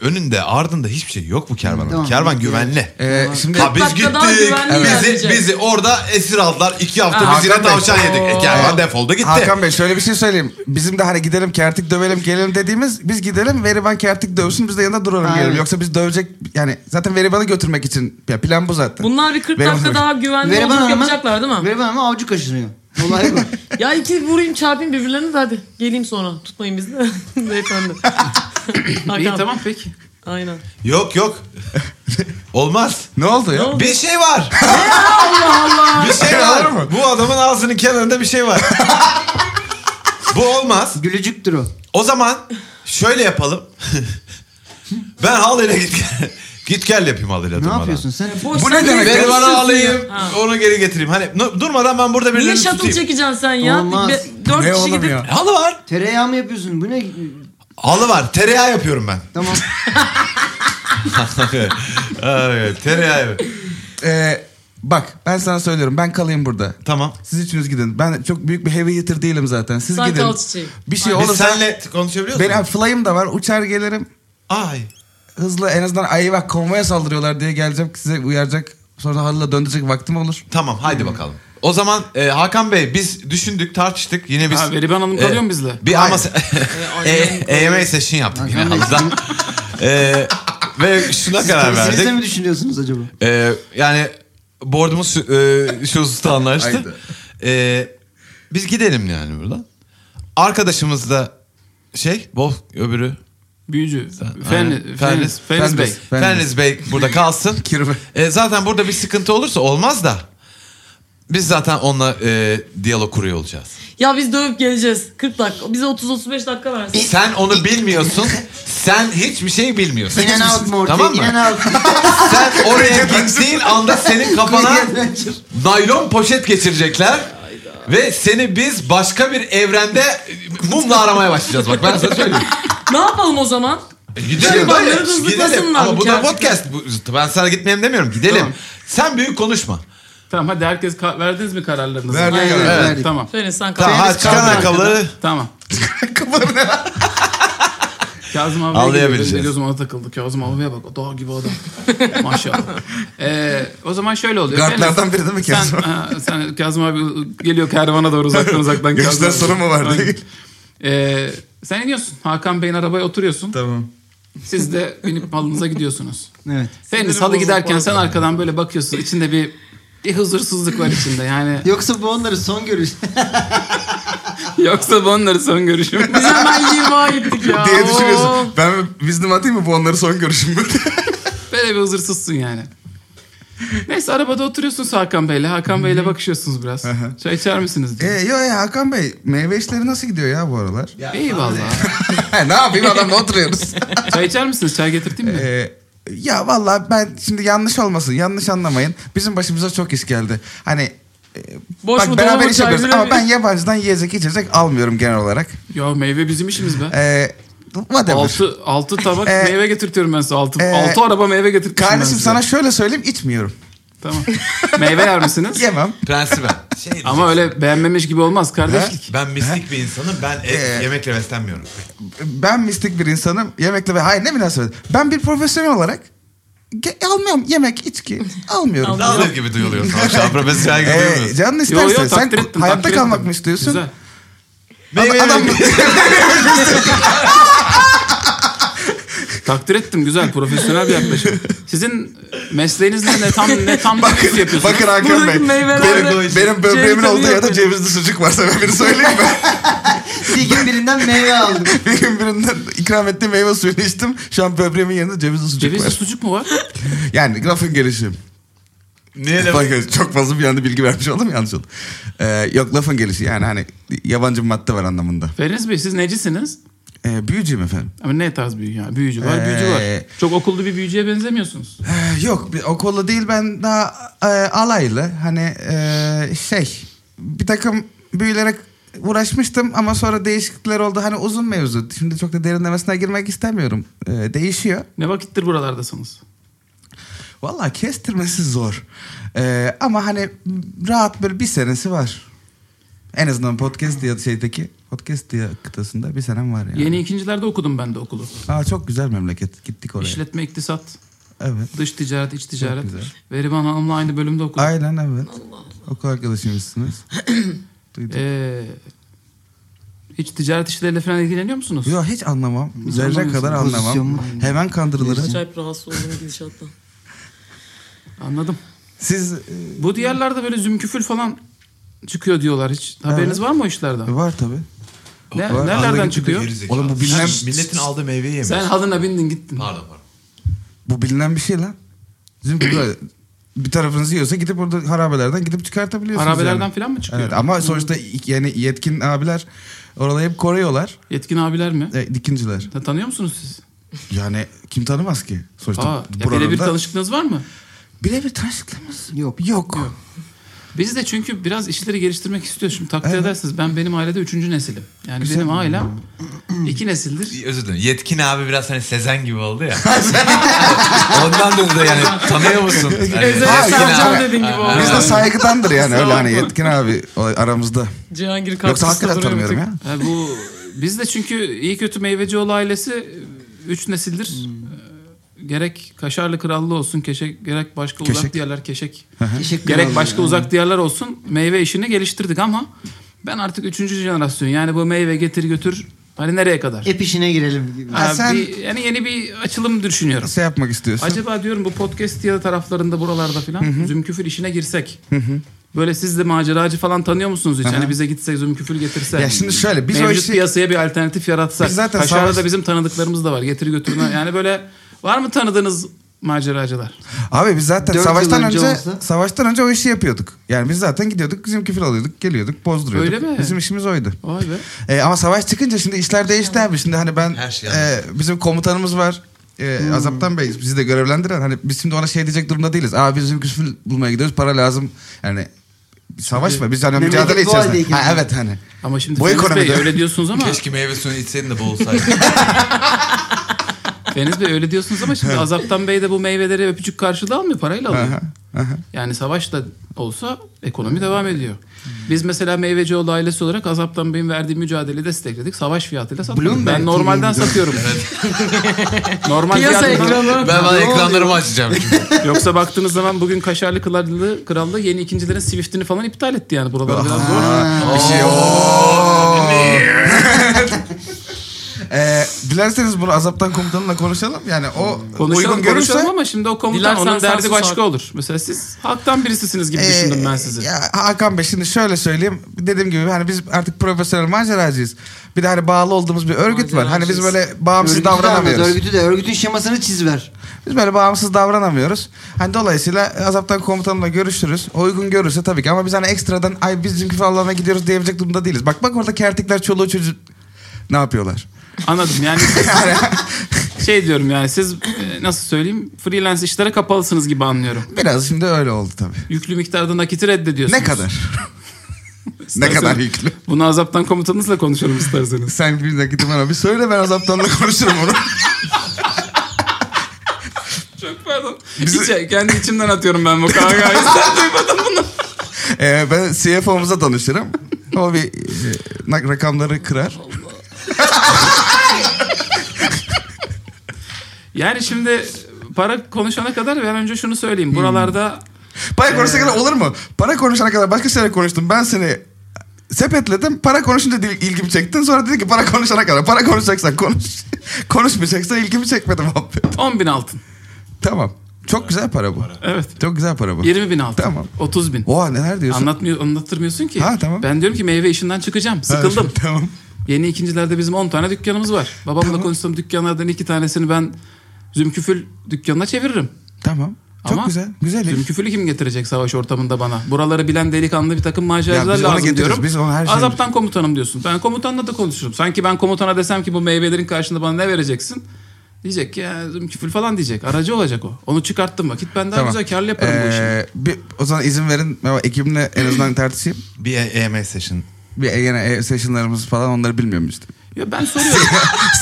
[SPEAKER 5] önünde ardında hiçbir şey yok bu kervanın.
[SPEAKER 3] Tamam.
[SPEAKER 5] Kervan güvenli.
[SPEAKER 2] Ee, şimdi
[SPEAKER 5] Ha, biz
[SPEAKER 4] dakika daha
[SPEAKER 5] gittik.
[SPEAKER 4] güvenli
[SPEAKER 5] Bizi,
[SPEAKER 4] yani.
[SPEAKER 5] bizi orada esir aldılar. iki hafta
[SPEAKER 2] Ha,
[SPEAKER 5] biz yine
[SPEAKER 2] Hakan Bey.
[SPEAKER 5] tavşan yedik. E, kervan
[SPEAKER 2] Oo.
[SPEAKER 5] defoldu gitti.
[SPEAKER 2] Hakan Bey şöyle bir şey söyleyeyim. Bizim de hani gidelim kertik dövelim gelelim dediğimiz biz gidelim veriban kertik dövsün biz de yanında duralım
[SPEAKER 3] Aynen.
[SPEAKER 2] gelelim. Yoksa biz dövecek yani zaten veribanı götürmek için ya plan bu zaten.
[SPEAKER 4] Bunlar bir 40
[SPEAKER 2] Veriban
[SPEAKER 4] dakika
[SPEAKER 2] Hanım.
[SPEAKER 4] daha güvenli
[SPEAKER 3] Veriban
[SPEAKER 4] yolculuk
[SPEAKER 3] Hanım'a-
[SPEAKER 4] yapacaklar değil mi?
[SPEAKER 3] Veriban ama avcı kaşınıyor. Olay bu.
[SPEAKER 4] Ya iki vurayım çarpayım birbirlerini de hadi. Geleyim sonra. Tutmayın bizi de. Beyefendi. Hakan.
[SPEAKER 1] İyi tamam peki.
[SPEAKER 4] Aynen.
[SPEAKER 5] Yok yok. Olmaz.
[SPEAKER 2] Ne oldu ya?
[SPEAKER 5] Bir şey var. Allah Allah. Bir şey
[SPEAKER 2] Var
[SPEAKER 5] var.
[SPEAKER 2] mı?
[SPEAKER 5] Bu adamın ağzının kenarında bir şey var. Bu olmaz.
[SPEAKER 3] Gülücüktür o.
[SPEAKER 5] O zaman şöyle yapalım. ben halıyla git git gel yapayım halıyla
[SPEAKER 3] Ne
[SPEAKER 5] durmadan.
[SPEAKER 3] yapıyorsun sen?
[SPEAKER 4] Boş
[SPEAKER 2] Bu ne
[SPEAKER 4] sen-
[SPEAKER 2] demek?
[SPEAKER 5] Beni bana
[SPEAKER 4] Sırf-
[SPEAKER 5] alayım,
[SPEAKER 4] Ha.
[SPEAKER 5] onu geri getireyim. Hani nu- durmadan ben burada
[SPEAKER 4] Niye
[SPEAKER 5] birilerini
[SPEAKER 4] şatıl
[SPEAKER 5] tutayım.
[SPEAKER 4] çekeceksin sen ya?
[SPEAKER 3] Olmaz.
[SPEAKER 4] Be- Dört
[SPEAKER 2] Ne
[SPEAKER 4] kişi
[SPEAKER 2] oğlum
[SPEAKER 4] gidip
[SPEAKER 2] ya?
[SPEAKER 5] Halı var.
[SPEAKER 3] Tereyağı mı yapıyorsun? Bu ne?
[SPEAKER 5] Halı var. Tereyağı yapıyorum ben.
[SPEAKER 3] Tamam.
[SPEAKER 5] evet, tereyağı. yapıyorum.
[SPEAKER 2] Ee, bak ben sana söylüyorum ben kalayım burada.
[SPEAKER 5] Tamam.
[SPEAKER 2] Siz üçünüz gidin. Ben çok büyük bir heavy hitter değilim zaten. Siz
[SPEAKER 4] Sen
[SPEAKER 2] gidin.
[SPEAKER 4] kal çiçeği.
[SPEAKER 2] Bir şey
[SPEAKER 5] Biz
[SPEAKER 2] olursa
[SPEAKER 5] senle konuşabiliyor musun?
[SPEAKER 2] benim fly'ım da var. Uçar gelirim.
[SPEAKER 5] Ay.
[SPEAKER 2] Hızlı en azından ayı bak konvoya saldırıyorlar diye gelecek size uyaracak. Sonra halıyla döndürecek vaktim olur.
[SPEAKER 5] Tamam haydi bakalım. O zaman e, Hakan Bey biz düşündük tartıştık yine biz. E,
[SPEAKER 1] Ha, Veriban Hanım kalıyor mu bizle?
[SPEAKER 5] Bir
[SPEAKER 2] Hayır.
[SPEAKER 5] ama se-
[SPEAKER 4] E,
[SPEAKER 5] e, EMA session yaptık yine
[SPEAKER 3] Hakan Bey.
[SPEAKER 5] halıdan. E, ve şuna karar
[SPEAKER 3] Siz
[SPEAKER 5] verdik.
[SPEAKER 3] de mi düşünüyorsunuz acaba?
[SPEAKER 5] E, yani board'umuz şu, e, şu hususta
[SPEAKER 2] Haydi.
[SPEAKER 5] anlaştı. E, biz gidelim yani buradan. Arkadaşımız da şey Wolf öbürü
[SPEAKER 1] Büyücü.
[SPEAKER 5] Aynen.
[SPEAKER 1] Fenris. Fenris. Fenris Bey.
[SPEAKER 5] Fenris. Fenris Bey burada kalsın.
[SPEAKER 2] Kirve.
[SPEAKER 5] E, zaten burada bir sıkıntı olursa olmaz da. Biz zaten onunla e, diyalog kuruyor olacağız.
[SPEAKER 4] Ya biz dövüp geleceğiz. 40 dakika. Bize 30-35 dakika versin.
[SPEAKER 5] Sen onu bilmiyorsun. Sen hiçbir şey bilmiyorsun.
[SPEAKER 3] In and out Morty.
[SPEAKER 5] Tamam
[SPEAKER 3] in
[SPEAKER 5] mı?
[SPEAKER 3] and out.
[SPEAKER 5] Sen oraya gittiğin anda senin kafana naylon poşet geçirecekler. Ve seni biz başka bir evrende mumla aramaya başlayacağız. Bak ben sana söyleyeyim.
[SPEAKER 4] ne yapalım o zaman?
[SPEAKER 5] E, Gidelim.
[SPEAKER 4] Hayvanları
[SPEAKER 5] hayır,
[SPEAKER 4] hızlıklasınlar
[SPEAKER 5] gidelim. Ama
[SPEAKER 4] bu
[SPEAKER 5] bu da
[SPEAKER 4] gerçekten.
[SPEAKER 5] podcast. Bu- Ben sana gitmeyelim demiyorum. Gidelim. Sen büyük konuşma.
[SPEAKER 1] Tamam hadi herkes ka- verdiniz mi kararlarınızı?
[SPEAKER 2] Verdik
[SPEAKER 3] Aynen,
[SPEAKER 2] karar.
[SPEAKER 3] verdik.
[SPEAKER 1] Evet, tamam.
[SPEAKER 4] Söyle sen kal.
[SPEAKER 5] Tamam, ha, çıkar
[SPEAKER 3] kaldı
[SPEAKER 5] ayakkabıları.
[SPEAKER 1] Tamam. Kazım abiye gidiyor.
[SPEAKER 5] Ağlayabileceğiz.
[SPEAKER 1] Benim de gözüm ona takıldı. Kazım abiye bak. o Dağ gibi adam. Maşallah. Ee, o zaman şöyle oluyor.
[SPEAKER 2] Gardlardan
[SPEAKER 1] Sen-
[SPEAKER 2] biri değil mi
[SPEAKER 1] sen-
[SPEAKER 2] Kazım?
[SPEAKER 1] ha, Sen, Kazım abi geliyor kervana doğru uzaktan uzaktan.
[SPEAKER 2] Gençler
[SPEAKER 1] Kazım abi.
[SPEAKER 2] sorun mu var diye.
[SPEAKER 1] Aynen. Ee, sen iniyorsun. Hakan Bey'in arabaya oturuyorsun.
[SPEAKER 2] Tamam.
[SPEAKER 1] Siz de binip malınıza gidiyorsunuz.
[SPEAKER 3] Evet.
[SPEAKER 1] Feniz halı giderken sen arkadan böyle bakıyorsun. İçinde bir bir huzursuzluk var içinde yani.
[SPEAKER 3] Yoksa bu onların son görüş.
[SPEAKER 1] Yoksa bu onları son görüşüm.
[SPEAKER 4] Biz hemen 20'a gittik ya.
[SPEAKER 2] Diye
[SPEAKER 4] Oo.
[SPEAKER 2] düşünüyorsun. Ben bizim atayım mı bu onları son görüşüm
[SPEAKER 1] Ben Böyle bir huzursuzsun yani. Neyse arabada oturuyorsunuz Hakan Bey'le. Hakan Bey'le bakışıyorsunuz biraz. Çay içer misiniz?
[SPEAKER 2] E,
[SPEAKER 1] diye.
[SPEAKER 2] yo ya Hakan Bey meyve işleri nasıl gidiyor ya bu aralar?
[SPEAKER 1] Eyvallah.
[SPEAKER 2] ne yapayım adamla oturuyoruz.
[SPEAKER 1] Çay içer misiniz? Çay getirteyim mi?
[SPEAKER 2] Ee, ya valla ben şimdi yanlış olmasın yanlış anlamayın. Bizim başımıza çok iş geldi. Hani e,
[SPEAKER 4] Boş mu,
[SPEAKER 2] bak
[SPEAKER 4] dolu
[SPEAKER 2] beraber
[SPEAKER 4] mu
[SPEAKER 2] iş
[SPEAKER 4] çay
[SPEAKER 2] yapıyoruz
[SPEAKER 4] bile
[SPEAKER 2] ama
[SPEAKER 4] mi?
[SPEAKER 2] ben yabancıdan yiyecek içecek almıyorum genel olarak.
[SPEAKER 1] Ya meyve bizim işimiz be.
[SPEAKER 2] Ee, whatever.
[SPEAKER 1] Altı, altı tabak
[SPEAKER 2] Ee,
[SPEAKER 1] meyve getirtiyorum ben size. Altı,
[SPEAKER 2] ee,
[SPEAKER 1] altı araba meyve getirtiyorum ben
[SPEAKER 2] Kardeşim
[SPEAKER 1] size.
[SPEAKER 2] sana şöyle söyleyeyim içmiyorum.
[SPEAKER 1] Tamam. Meyve yer misiniz?
[SPEAKER 2] Yemem.
[SPEAKER 5] Prensiben. Şey
[SPEAKER 1] Ama öyle beğenmemiş gibi olmaz kardeşlik.
[SPEAKER 5] Ben mistik bir insanım. Ben et,
[SPEAKER 2] Ee,
[SPEAKER 5] yemekle beslenmiyorum.
[SPEAKER 2] Ben mistik bir insanım. Yemekle ve hayır ne münasebet. Ben bir profesyonel olarak ge- almıyorum yemek içki almıyorum.
[SPEAKER 5] Dağılır gibi duyuluyor sana. Şu an profesyonel gibi
[SPEAKER 2] Ee,
[SPEAKER 5] duyuluyorsun.
[SPEAKER 2] canın
[SPEAKER 1] Yo, yo,
[SPEAKER 2] isterse sen
[SPEAKER 1] takdir ettim,
[SPEAKER 2] hayatta
[SPEAKER 1] takdir
[SPEAKER 2] kalmak
[SPEAKER 1] ettim.
[SPEAKER 2] mı istiyorsun?
[SPEAKER 1] Güzel.
[SPEAKER 5] Meyve
[SPEAKER 2] Adam-
[SPEAKER 5] yemek-
[SPEAKER 1] Takdir ettim güzel profesyonel bir yaklaşım. Sizin mesleğiniz ne, ne tam ne tam bakış yapıyorsunuz?
[SPEAKER 2] Bakın Hakan Bey.
[SPEAKER 4] Buradaki meyveler
[SPEAKER 2] Benim,
[SPEAKER 5] de-
[SPEAKER 2] benim böbreğimin
[SPEAKER 4] C
[SPEAKER 2] olduğu yerde
[SPEAKER 4] vitamini
[SPEAKER 2] cevizli sucuk var. Sebebini söyleyeyim mi?
[SPEAKER 3] Bir gün birinden meyve aldım.
[SPEAKER 2] Bir gün birinden ikram ettiğim meyve suyunu içtim. Şu an böbreğimin yerinde cevizli sucuk
[SPEAKER 1] Cevizli
[SPEAKER 2] var.
[SPEAKER 1] sucuk mu var?
[SPEAKER 2] yani lafın gelişi.
[SPEAKER 5] Niye laf-
[SPEAKER 2] Bakın çok fazla bir anda bilgi vermiş oldum yanlış oldu. Ee, yok lafın gelişi yani hani yabancı bir madde var anlamında.
[SPEAKER 1] Feriniz Bey siz necisiniz?
[SPEAKER 2] Ee, büyücüyüm efendim.
[SPEAKER 1] Ama ne tarz büyü yani? Büyücü var, büyücü var.
[SPEAKER 2] Ee.
[SPEAKER 1] Çok okullu bir büyücüye benzemiyorsunuz.
[SPEAKER 2] Ee, yok bir- o kolla değil ben daha e, alaylı hani e, şey bir takım büyülere uğraşmıştım ama sonra değişiklikler oldu. Hani uzun mevzu. Şimdi çok da derinlemesine girmek istemiyorum. Ee, değişiyor.
[SPEAKER 1] Ne vakittir buralardasınız?
[SPEAKER 2] Vallahi kestirmesi zor. Ee, ama hani rahat böyle bir senesi var. En azından podcast diye şeydeki podcast diye kıtasında bir senem var yani.
[SPEAKER 1] Yeni ikincilerde okudum ben de okulu.
[SPEAKER 2] Aa çok güzel memleket. Gittik oraya.
[SPEAKER 1] İşletme, iktisat,
[SPEAKER 2] Evet.
[SPEAKER 1] dış ticaret, iç ticaret.
[SPEAKER 2] güzel.
[SPEAKER 1] Veriban Hanım'la aynı bölümde okudum.
[SPEAKER 2] Aynen evet. Okul arkadaşımızsınız. Duydum.
[SPEAKER 1] Ee, hiç ticaret işleriyle falan ilgileniyor musunuz?
[SPEAKER 2] Yo hiç anlamam. Zerre
[SPEAKER 1] anlamıyorsun.
[SPEAKER 2] kadar
[SPEAKER 3] Pozisyon
[SPEAKER 2] anlamam.
[SPEAKER 3] mu?
[SPEAKER 2] Hemen kandırılırım.
[SPEAKER 4] Acayip rahatsız oldum gidişattan.
[SPEAKER 1] Anladım.
[SPEAKER 2] Siz e,
[SPEAKER 1] Bu diğerlerde böyle zümküfül falan çıkıyor diyorlar hiç. Haberiniz var mı o işlerden?
[SPEAKER 2] var tabii.
[SPEAKER 1] Ne,
[SPEAKER 2] Var.
[SPEAKER 1] nerelerden
[SPEAKER 5] Anadolu'daki
[SPEAKER 1] çıkıyor?
[SPEAKER 5] gerizekalı.
[SPEAKER 2] Oğlum bu bilinen-
[SPEAKER 5] Sen Milletin aldığı meyveyi yemiyor.
[SPEAKER 1] Sen halına bindin gittin.
[SPEAKER 5] Pardon pardon.
[SPEAKER 2] Bu bilinen bir şey lan. Bizim burada bir tarafınız yiyorsa gidip orada harabelerden gidip çıkartabiliyorsunuz.
[SPEAKER 1] Harabelerden
[SPEAKER 2] yani.
[SPEAKER 1] falan mı çıkıyor?
[SPEAKER 2] Evet ama sonuçta yani yetkin abiler oraları hep koruyorlar.
[SPEAKER 1] Yetkin abiler mi?
[SPEAKER 2] E, dikinciler.
[SPEAKER 1] Ta- Tanıyor musunuz siz?
[SPEAKER 2] Yani kim tanımaz ki? Sonuçta
[SPEAKER 1] Aa, ya
[SPEAKER 2] buranın
[SPEAKER 1] birebir
[SPEAKER 2] da-
[SPEAKER 1] tanışıklığınız var mı?
[SPEAKER 2] Birebir tanışıklığımız
[SPEAKER 3] Yok.
[SPEAKER 2] yok.
[SPEAKER 1] Biz de çünkü biraz işleri geliştirmek istiyoruz. Şimdi takdir
[SPEAKER 2] Evet.
[SPEAKER 1] edersiniz ben benim ailede üçüncü nesilim. Yani
[SPEAKER 2] Güzel.
[SPEAKER 1] benim ailem iki nesildir.
[SPEAKER 5] Özür dilerim. Yetkin abi biraz hani Sezen gibi oldu ya. Ondan dolayı da yani tanıyor musun?
[SPEAKER 1] Ee,
[SPEAKER 5] Hani,
[SPEAKER 4] Ezel
[SPEAKER 2] Ha,
[SPEAKER 5] Yetkin
[SPEAKER 2] yok,
[SPEAKER 4] Sercan
[SPEAKER 5] abi.
[SPEAKER 2] yok.
[SPEAKER 4] dediğin gibi
[SPEAKER 5] Ha.
[SPEAKER 4] oldu.
[SPEAKER 2] Bizde saygıdandır yani öyle
[SPEAKER 4] Sağ ol.
[SPEAKER 2] hani yetkin abi o- aramızda.
[SPEAKER 4] Cihangir
[SPEAKER 2] Yoksa
[SPEAKER 4] kaktüsle
[SPEAKER 2] hakikaten
[SPEAKER 4] duruyor bir
[SPEAKER 2] tanımıyorum
[SPEAKER 4] tek.
[SPEAKER 2] ya.
[SPEAKER 1] Ha, Ee, bu biz de çünkü iyi kötü Meyvecioğlu ailesi e, üç nesildir.
[SPEAKER 2] Hmm.
[SPEAKER 1] Ee, Gerek Kaşarlı Krallı olsun, keşek, gerek başka
[SPEAKER 2] Keşek.
[SPEAKER 1] uzak diyarlar keşek.
[SPEAKER 3] Teşekkür
[SPEAKER 1] Gerek
[SPEAKER 3] ederim.
[SPEAKER 1] başka uzak diyarlar olsun meyve işini geliştirdik ama ben artık üçüncü jenerasyon yani bu meyve getir götür hani nereye kadar?
[SPEAKER 3] Ep işine girelim gibi.
[SPEAKER 1] Ha,
[SPEAKER 2] sen-
[SPEAKER 1] bir- yani yeni bir açılım düşünüyorum.
[SPEAKER 2] Şey yapmak istiyorsun.
[SPEAKER 1] Acaba diyorum bu podcast ya da taraflarında buralarda filan zümküfül işine girsek. Böyle siz de maceracı falan tanıyor musunuz hiç? Hani bize gitsek zümküfül getirsek.
[SPEAKER 2] Ya şimdi şöyle, biz o
[SPEAKER 1] Mevcut
[SPEAKER 2] işi-
[SPEAKER 1] piyasaya bir alternatif yaratsak.
[SPEAKER 2] Biz zaten
[SPEAKER 1] Kaşar'da
[SPEAKER 2] savaş-
[SPEAKER 1] da bizim tanıdıklarımız da var. Getiri götürme. Yani böyle var mı tanıdığınız maceracılar?
[SPEAKER 2] Abi biz zaten
[SPEAKER 3] Dört
[SPEAKER 2] savaştan
[SPEAKER 3] yıl önce
[SPEAKER 2] önce,
[SPEAKER 3] olsa-
[SPEAKER 2] savaştan önce o işi yapıyorduk. Yani biz zaten gidiyorduk bizim küfür alıyorduk geliyorduk bozduruyorduk.
[SPEAKER 1] Öyle mi?
[SPEAKER 2] Bizim işimiz oydu.
[SPEAKER 1] Vay be.
[SPEAKER 2] E, ama savaş çıkınca şimdi işler değişti abi. Şimdi hani ben
[SPEAKER 5] Her şey
[SPEAKER 2] e,
[SPEAKER 5] yanlış.
[SPEAKER 2] bizim komutanımız var. E, Azaptan Bey bizi de görevlendiren. Hani biz şimdi ona şey diyecek durumda değiliz. Aa biz bizim küfür bulmaya gidiyoruz para lazım. Yani savaş mı? Biz hani
[SPEAKER 3] Memleket
[SPEAKER 2] mücadele
[SPEAKER 3] bu
[SPEAKER 2] içerisinde.
[SPEAKER 3] haldeyken.
[SPEAKER 2] Ha, evet hani.
[SPEAKER 1] Ama şimdi
[SPEAKER 2] Bu
[SPEAKER 1] Feniz Bey
[SPEAKER 2] ekonomide.
[SPEAKER 1] öyle diyorsunuz ama
[SPEAKER 5] Keşke meyve suyunu içseydin de boğulsaydın.
[SPEAKER 1] Feniz Bey öyle diyorsunuz ama şimdi Azaptan Bey de bu meyveleri öpücük karşılığı almıyor parayla alıyor.
[SPEAKER 2] Aha, aha.
[SPEAKER 1] Yani savaş da olsa ekonomi devam ediyor. Biz mesela Meyvecioğlu ailesi olarak Azaptan Bey'in verdiği mücadeleyi destekledik. Savaş fiyatıyla sattık.
[SPEAKER 3] Bloomberg
[SPEAKER 1] Ben normalden
[SPEAKER 3] TV'ydi.
[SPEAKER 1] satıyorum. Normal
[SPEAKER 4] Piyasa
[SPEAKER 1] fiyatından.
[SPEAKER 4] ekranı.
[SPEAKER 5] ben bana ekranlarımı açacağım şimdi.
[SPEAKER 1] Yoksa baktığınız zaman bugün Kaşarlı Krallığı, Krallığı yeni ikincilerin Swift'ini falan iptal etti yani.
[SPEAKER 5] şey
[SPEAKER 1] Buralar biraz zor.
[SPEAKER 2] Bir şey Ee, dilerseniz bunu azaptan komutanımla konuşalım. Yani o
[SPEAKER 1] Konuşalım,
[SPEAKER 2] uygun görürse...
[SPEAKER 1] konuşalım ama şimdi o komutan
[SPEAKER 4] Dilersen
[SPEAKER 1] onun derdi
[SPEAKER 4] sen
[SPEAKER 1] başka
[SPEAKER 4] sus abi.
[SPEAKER 1] olur. Mesela siz halktan birisisiniz gibi
[SPEAKER 2] Ee,
[SPEAKER 1] düşündüm ben sizi.
[SPEAKER 2] Ya Hakan Bey şimdi şöyle söyleyeyim. Dediğim gibi hani biz artık profesyonel maceracıyız. Bir de hani bağlı olduğumuz bir örgüt var. Hani biz
[SPEAKER 4] Maceracıyız.
[SPEAKER 2] böyle bağımsız
[SPEAKER 3] Örgütü de
[SPEAKER 2] davranamıyoruz.
[SPEAKER 3] almaz, Örgütü de örgütün şemasını çiz ver.
[SPEAKER 2] Biz böyle bağımsız davranamıyoruz. Hani dolayısıyla azaptan komutanımla görüşürüz. O uygun görürse tabii ki ama biz hani ekstradan ay biz bizimki falanına gidiyoruz diyebilecek durumda değiliz. Bak bak orada kertikler çoluğu çocuğu ne yapıyorlar?
[SPEAKER 1] Anladım yani şey diyorum yani siz e, nasıl söyleyeyim freelance işlere kapalısınız gibi anlıyorum.
[SPEAKER 2] Biraz şimdi öyle oldu tabii.
[SPEAKER 1] Yüklü miktarda nakiti reddediyorsunuz.
[SPEAKER 2] Ne kadar? ne
[SPEAKER 1] İsterseniz-
[SPEAKER 2] kadar yüklü?
[SPEAKER 1] Bunu azaptan komutanınızla konuşalım isterseniz.
[SPEAKER 2] Sen bir dakika bana bir söyle ben azaptanla konuşurum onu.
[SPEAKER 1] Çok pardon. İçe- kendi içimden atıyorum ben bu kahkahayı. Sen duymadın bunu.
[SPEAKER 2] Ee, ben CFO'muza danışırım. O bir e, nak- rakamları kırar.
[SPEAKER 1] Yani şimdi para konuşana kadar ben önce şunu
[SPEAKER 2] Hmm.
[SPEAKER 1] söyleyeyim. Buralarda
[SPEAKER 2] Para konuşana kadar olur mu? Para konuşana kadar başka şeyler konuştum. Ben seni sepetledim. Para konuşunca dil- ilgimi çektin. Sonra dedi ki para konuşana kadar. Para konuşacaksan konuş. Konuşmayacaksan ilgimi çekmedi muhabbet.
[SPEAKER 1] 10 bin altın.
[SPEAKER 2] Tamam. Çok güzel para bu.
[SPEAKER 1] Evet.
[SPEAKER 2] Çok güzel para bu.
[SPEAKER 1] 20 bin altın.
[SPEAKER 2] Tamam.
[SPEAKER 1] 30 bin.
[SPEAKER 2] Oha neler diyorsun?
[SPEAKER 1] Anlatmıyor, anlattırmıyorsun ki.
[SPEAKER 2] Ha, tamam.
[SPEAKER 1] Ben diyorum ki meyve işinden çıkacağım. Sıkıldım.
[SPEAKER 2] tamam.
[SPEAKER 1] Yeni ikincilerde bizim 10 tane dükkanımız var. Babamla konuştuğum dükkanlardan iki tanesini ben Zümküfül dükkanına çeviririm.
[SPEAKER 2] Tamam. Çok
[SPEAKER 1] Ama
[SPEAKER 2] güzel. Güzel. iş.
[SPEAKER 1] Zümküfül'ü kim getirecek savaş ortamında bana? Buraları bilen delikanlı bir takım
[SPEAKER 2] Ya
[SPEAKER 1] maceracılar
[SPEAKER 2] biz onu
[SPEAKER 1] lazım
[SPEAKER 2] getiririz.
[SPEAKER 1] diyorum.
[SPEAKER 2] Biz onu her şeyi-
[SPEAKER 1] Azaptan komutanım diyorsun. Ben komutanla da konuşurum. Sanki ben komutana desem ki bu meyvelerin karşılığında bana ne vereceksin? Diyecek ki "Ya, zümküfül falan diyecek. Aracı olacak o. Onu çıkarttım vakit ben daha
[SPEAKER 2] Tamam.
[SPEAKER 1] güzel karlı yaparım bu işi.
[SPEAKER 2] Ee, bir, o zaman izin verin. Ben Ekibimle en azından tartışayım.
[SPEAKER 5] Bir E- EM session.
[SPEAKER 2] Bir yine e, sessionlarımız falan onları bilmiyorum işte.
[SPEAKER 1] Ya ben soruyorum.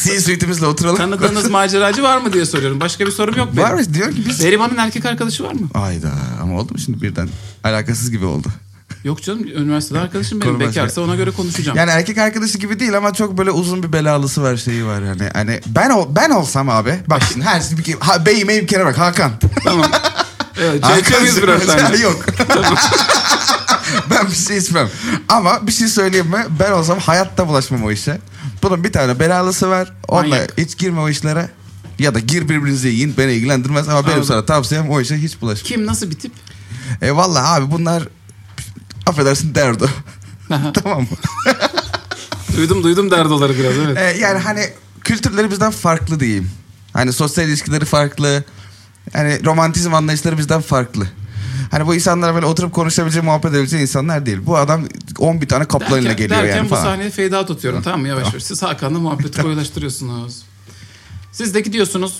[SPEAKER 2] C suite'imizle oturalım.
[SPEAKER 1] Tanıdığınız maceracı var mı diye soruyorum. Başka bir sorum yok benim.
[SPEAKER 2] Var mı? Diyor ki biz...
[SPEAKER 1] Berivan'ın erkek arkadaşı var mı?
[SPEAKER 2] Ayda ama oldu mu şimdi birden? Alakasız gibi oldu.
[SPEAKER 1] Yok canım üniversiteden arkadaşım benim
[SPEAKER 2] Konu başka.
[SPEAKER 1] bekarsa ona göre konuşacağım.
[SPEAKER 2] Yani erkek arkadaşı gibi değil ama çok böyle uzun bir belalısı var şeyi var yani. Hani ben ol, ben olsam abi. Bak şimdi her bir kere, ha, beyim bir kere bak Hakan.
[SPEAKER 1] Tamam. Evet, çay
[SPEAKER 2] Hakan
[SPEAKER 1] içiyor muyuz
[SPEAKER 2] Zümrüt.
[SPEAKER 1] birer tane?
[SPEAKER 2] Yok. ben bir şey içmem. Ama bir şey söyleyeyim mi? Ben olsam hayatta bulaşmam o işe. Bunun bir tane belalısı var. Onunla
[SPEAKER 1] Manyak.
[SPEAKER 2] hiç girme o işlere. Ya da gir birbirinizi yiyin beni ilgilendirmez ama benim
[SPEAKER 1] Anladım.
[SPEAKER 2] sana tavsiyem o işe hiç bulaşma.
[SPEAKER 1] Kim nasıl bir tip?
[SPEAKER 2] E vallahi abi bunlar affedersin derdo. tamam mı?
[SPEAKER 1] Duydum duydum derdoları biraz evet.
[SPEAKER 2] E, yani hani kültürleri bizden farklı diyeyim. Hani sosyal ilişkileri farklı. Hani romantizm anlayışları bizden farklı. Hani bu insanlar böyle oturup konuşabileceği, muhabbet edebileceği insanlar değil. Bu adam 11 tane kaplanıyla
[SPEAKER 1] Derken,
[SPEAKER 2] geliyor
[SPEAKER 1] derken
[SPEAKER 2] yani
[SPEAKER 1] bu
[SPEAKER 2] falan.
[SPEAKER 1] sahneye fade out atıyorum tamam mı yavaş yavaş. Siz Hakan'la muhabbeti koyulaştırıyorsunuz. Siz de gidiyorsunuz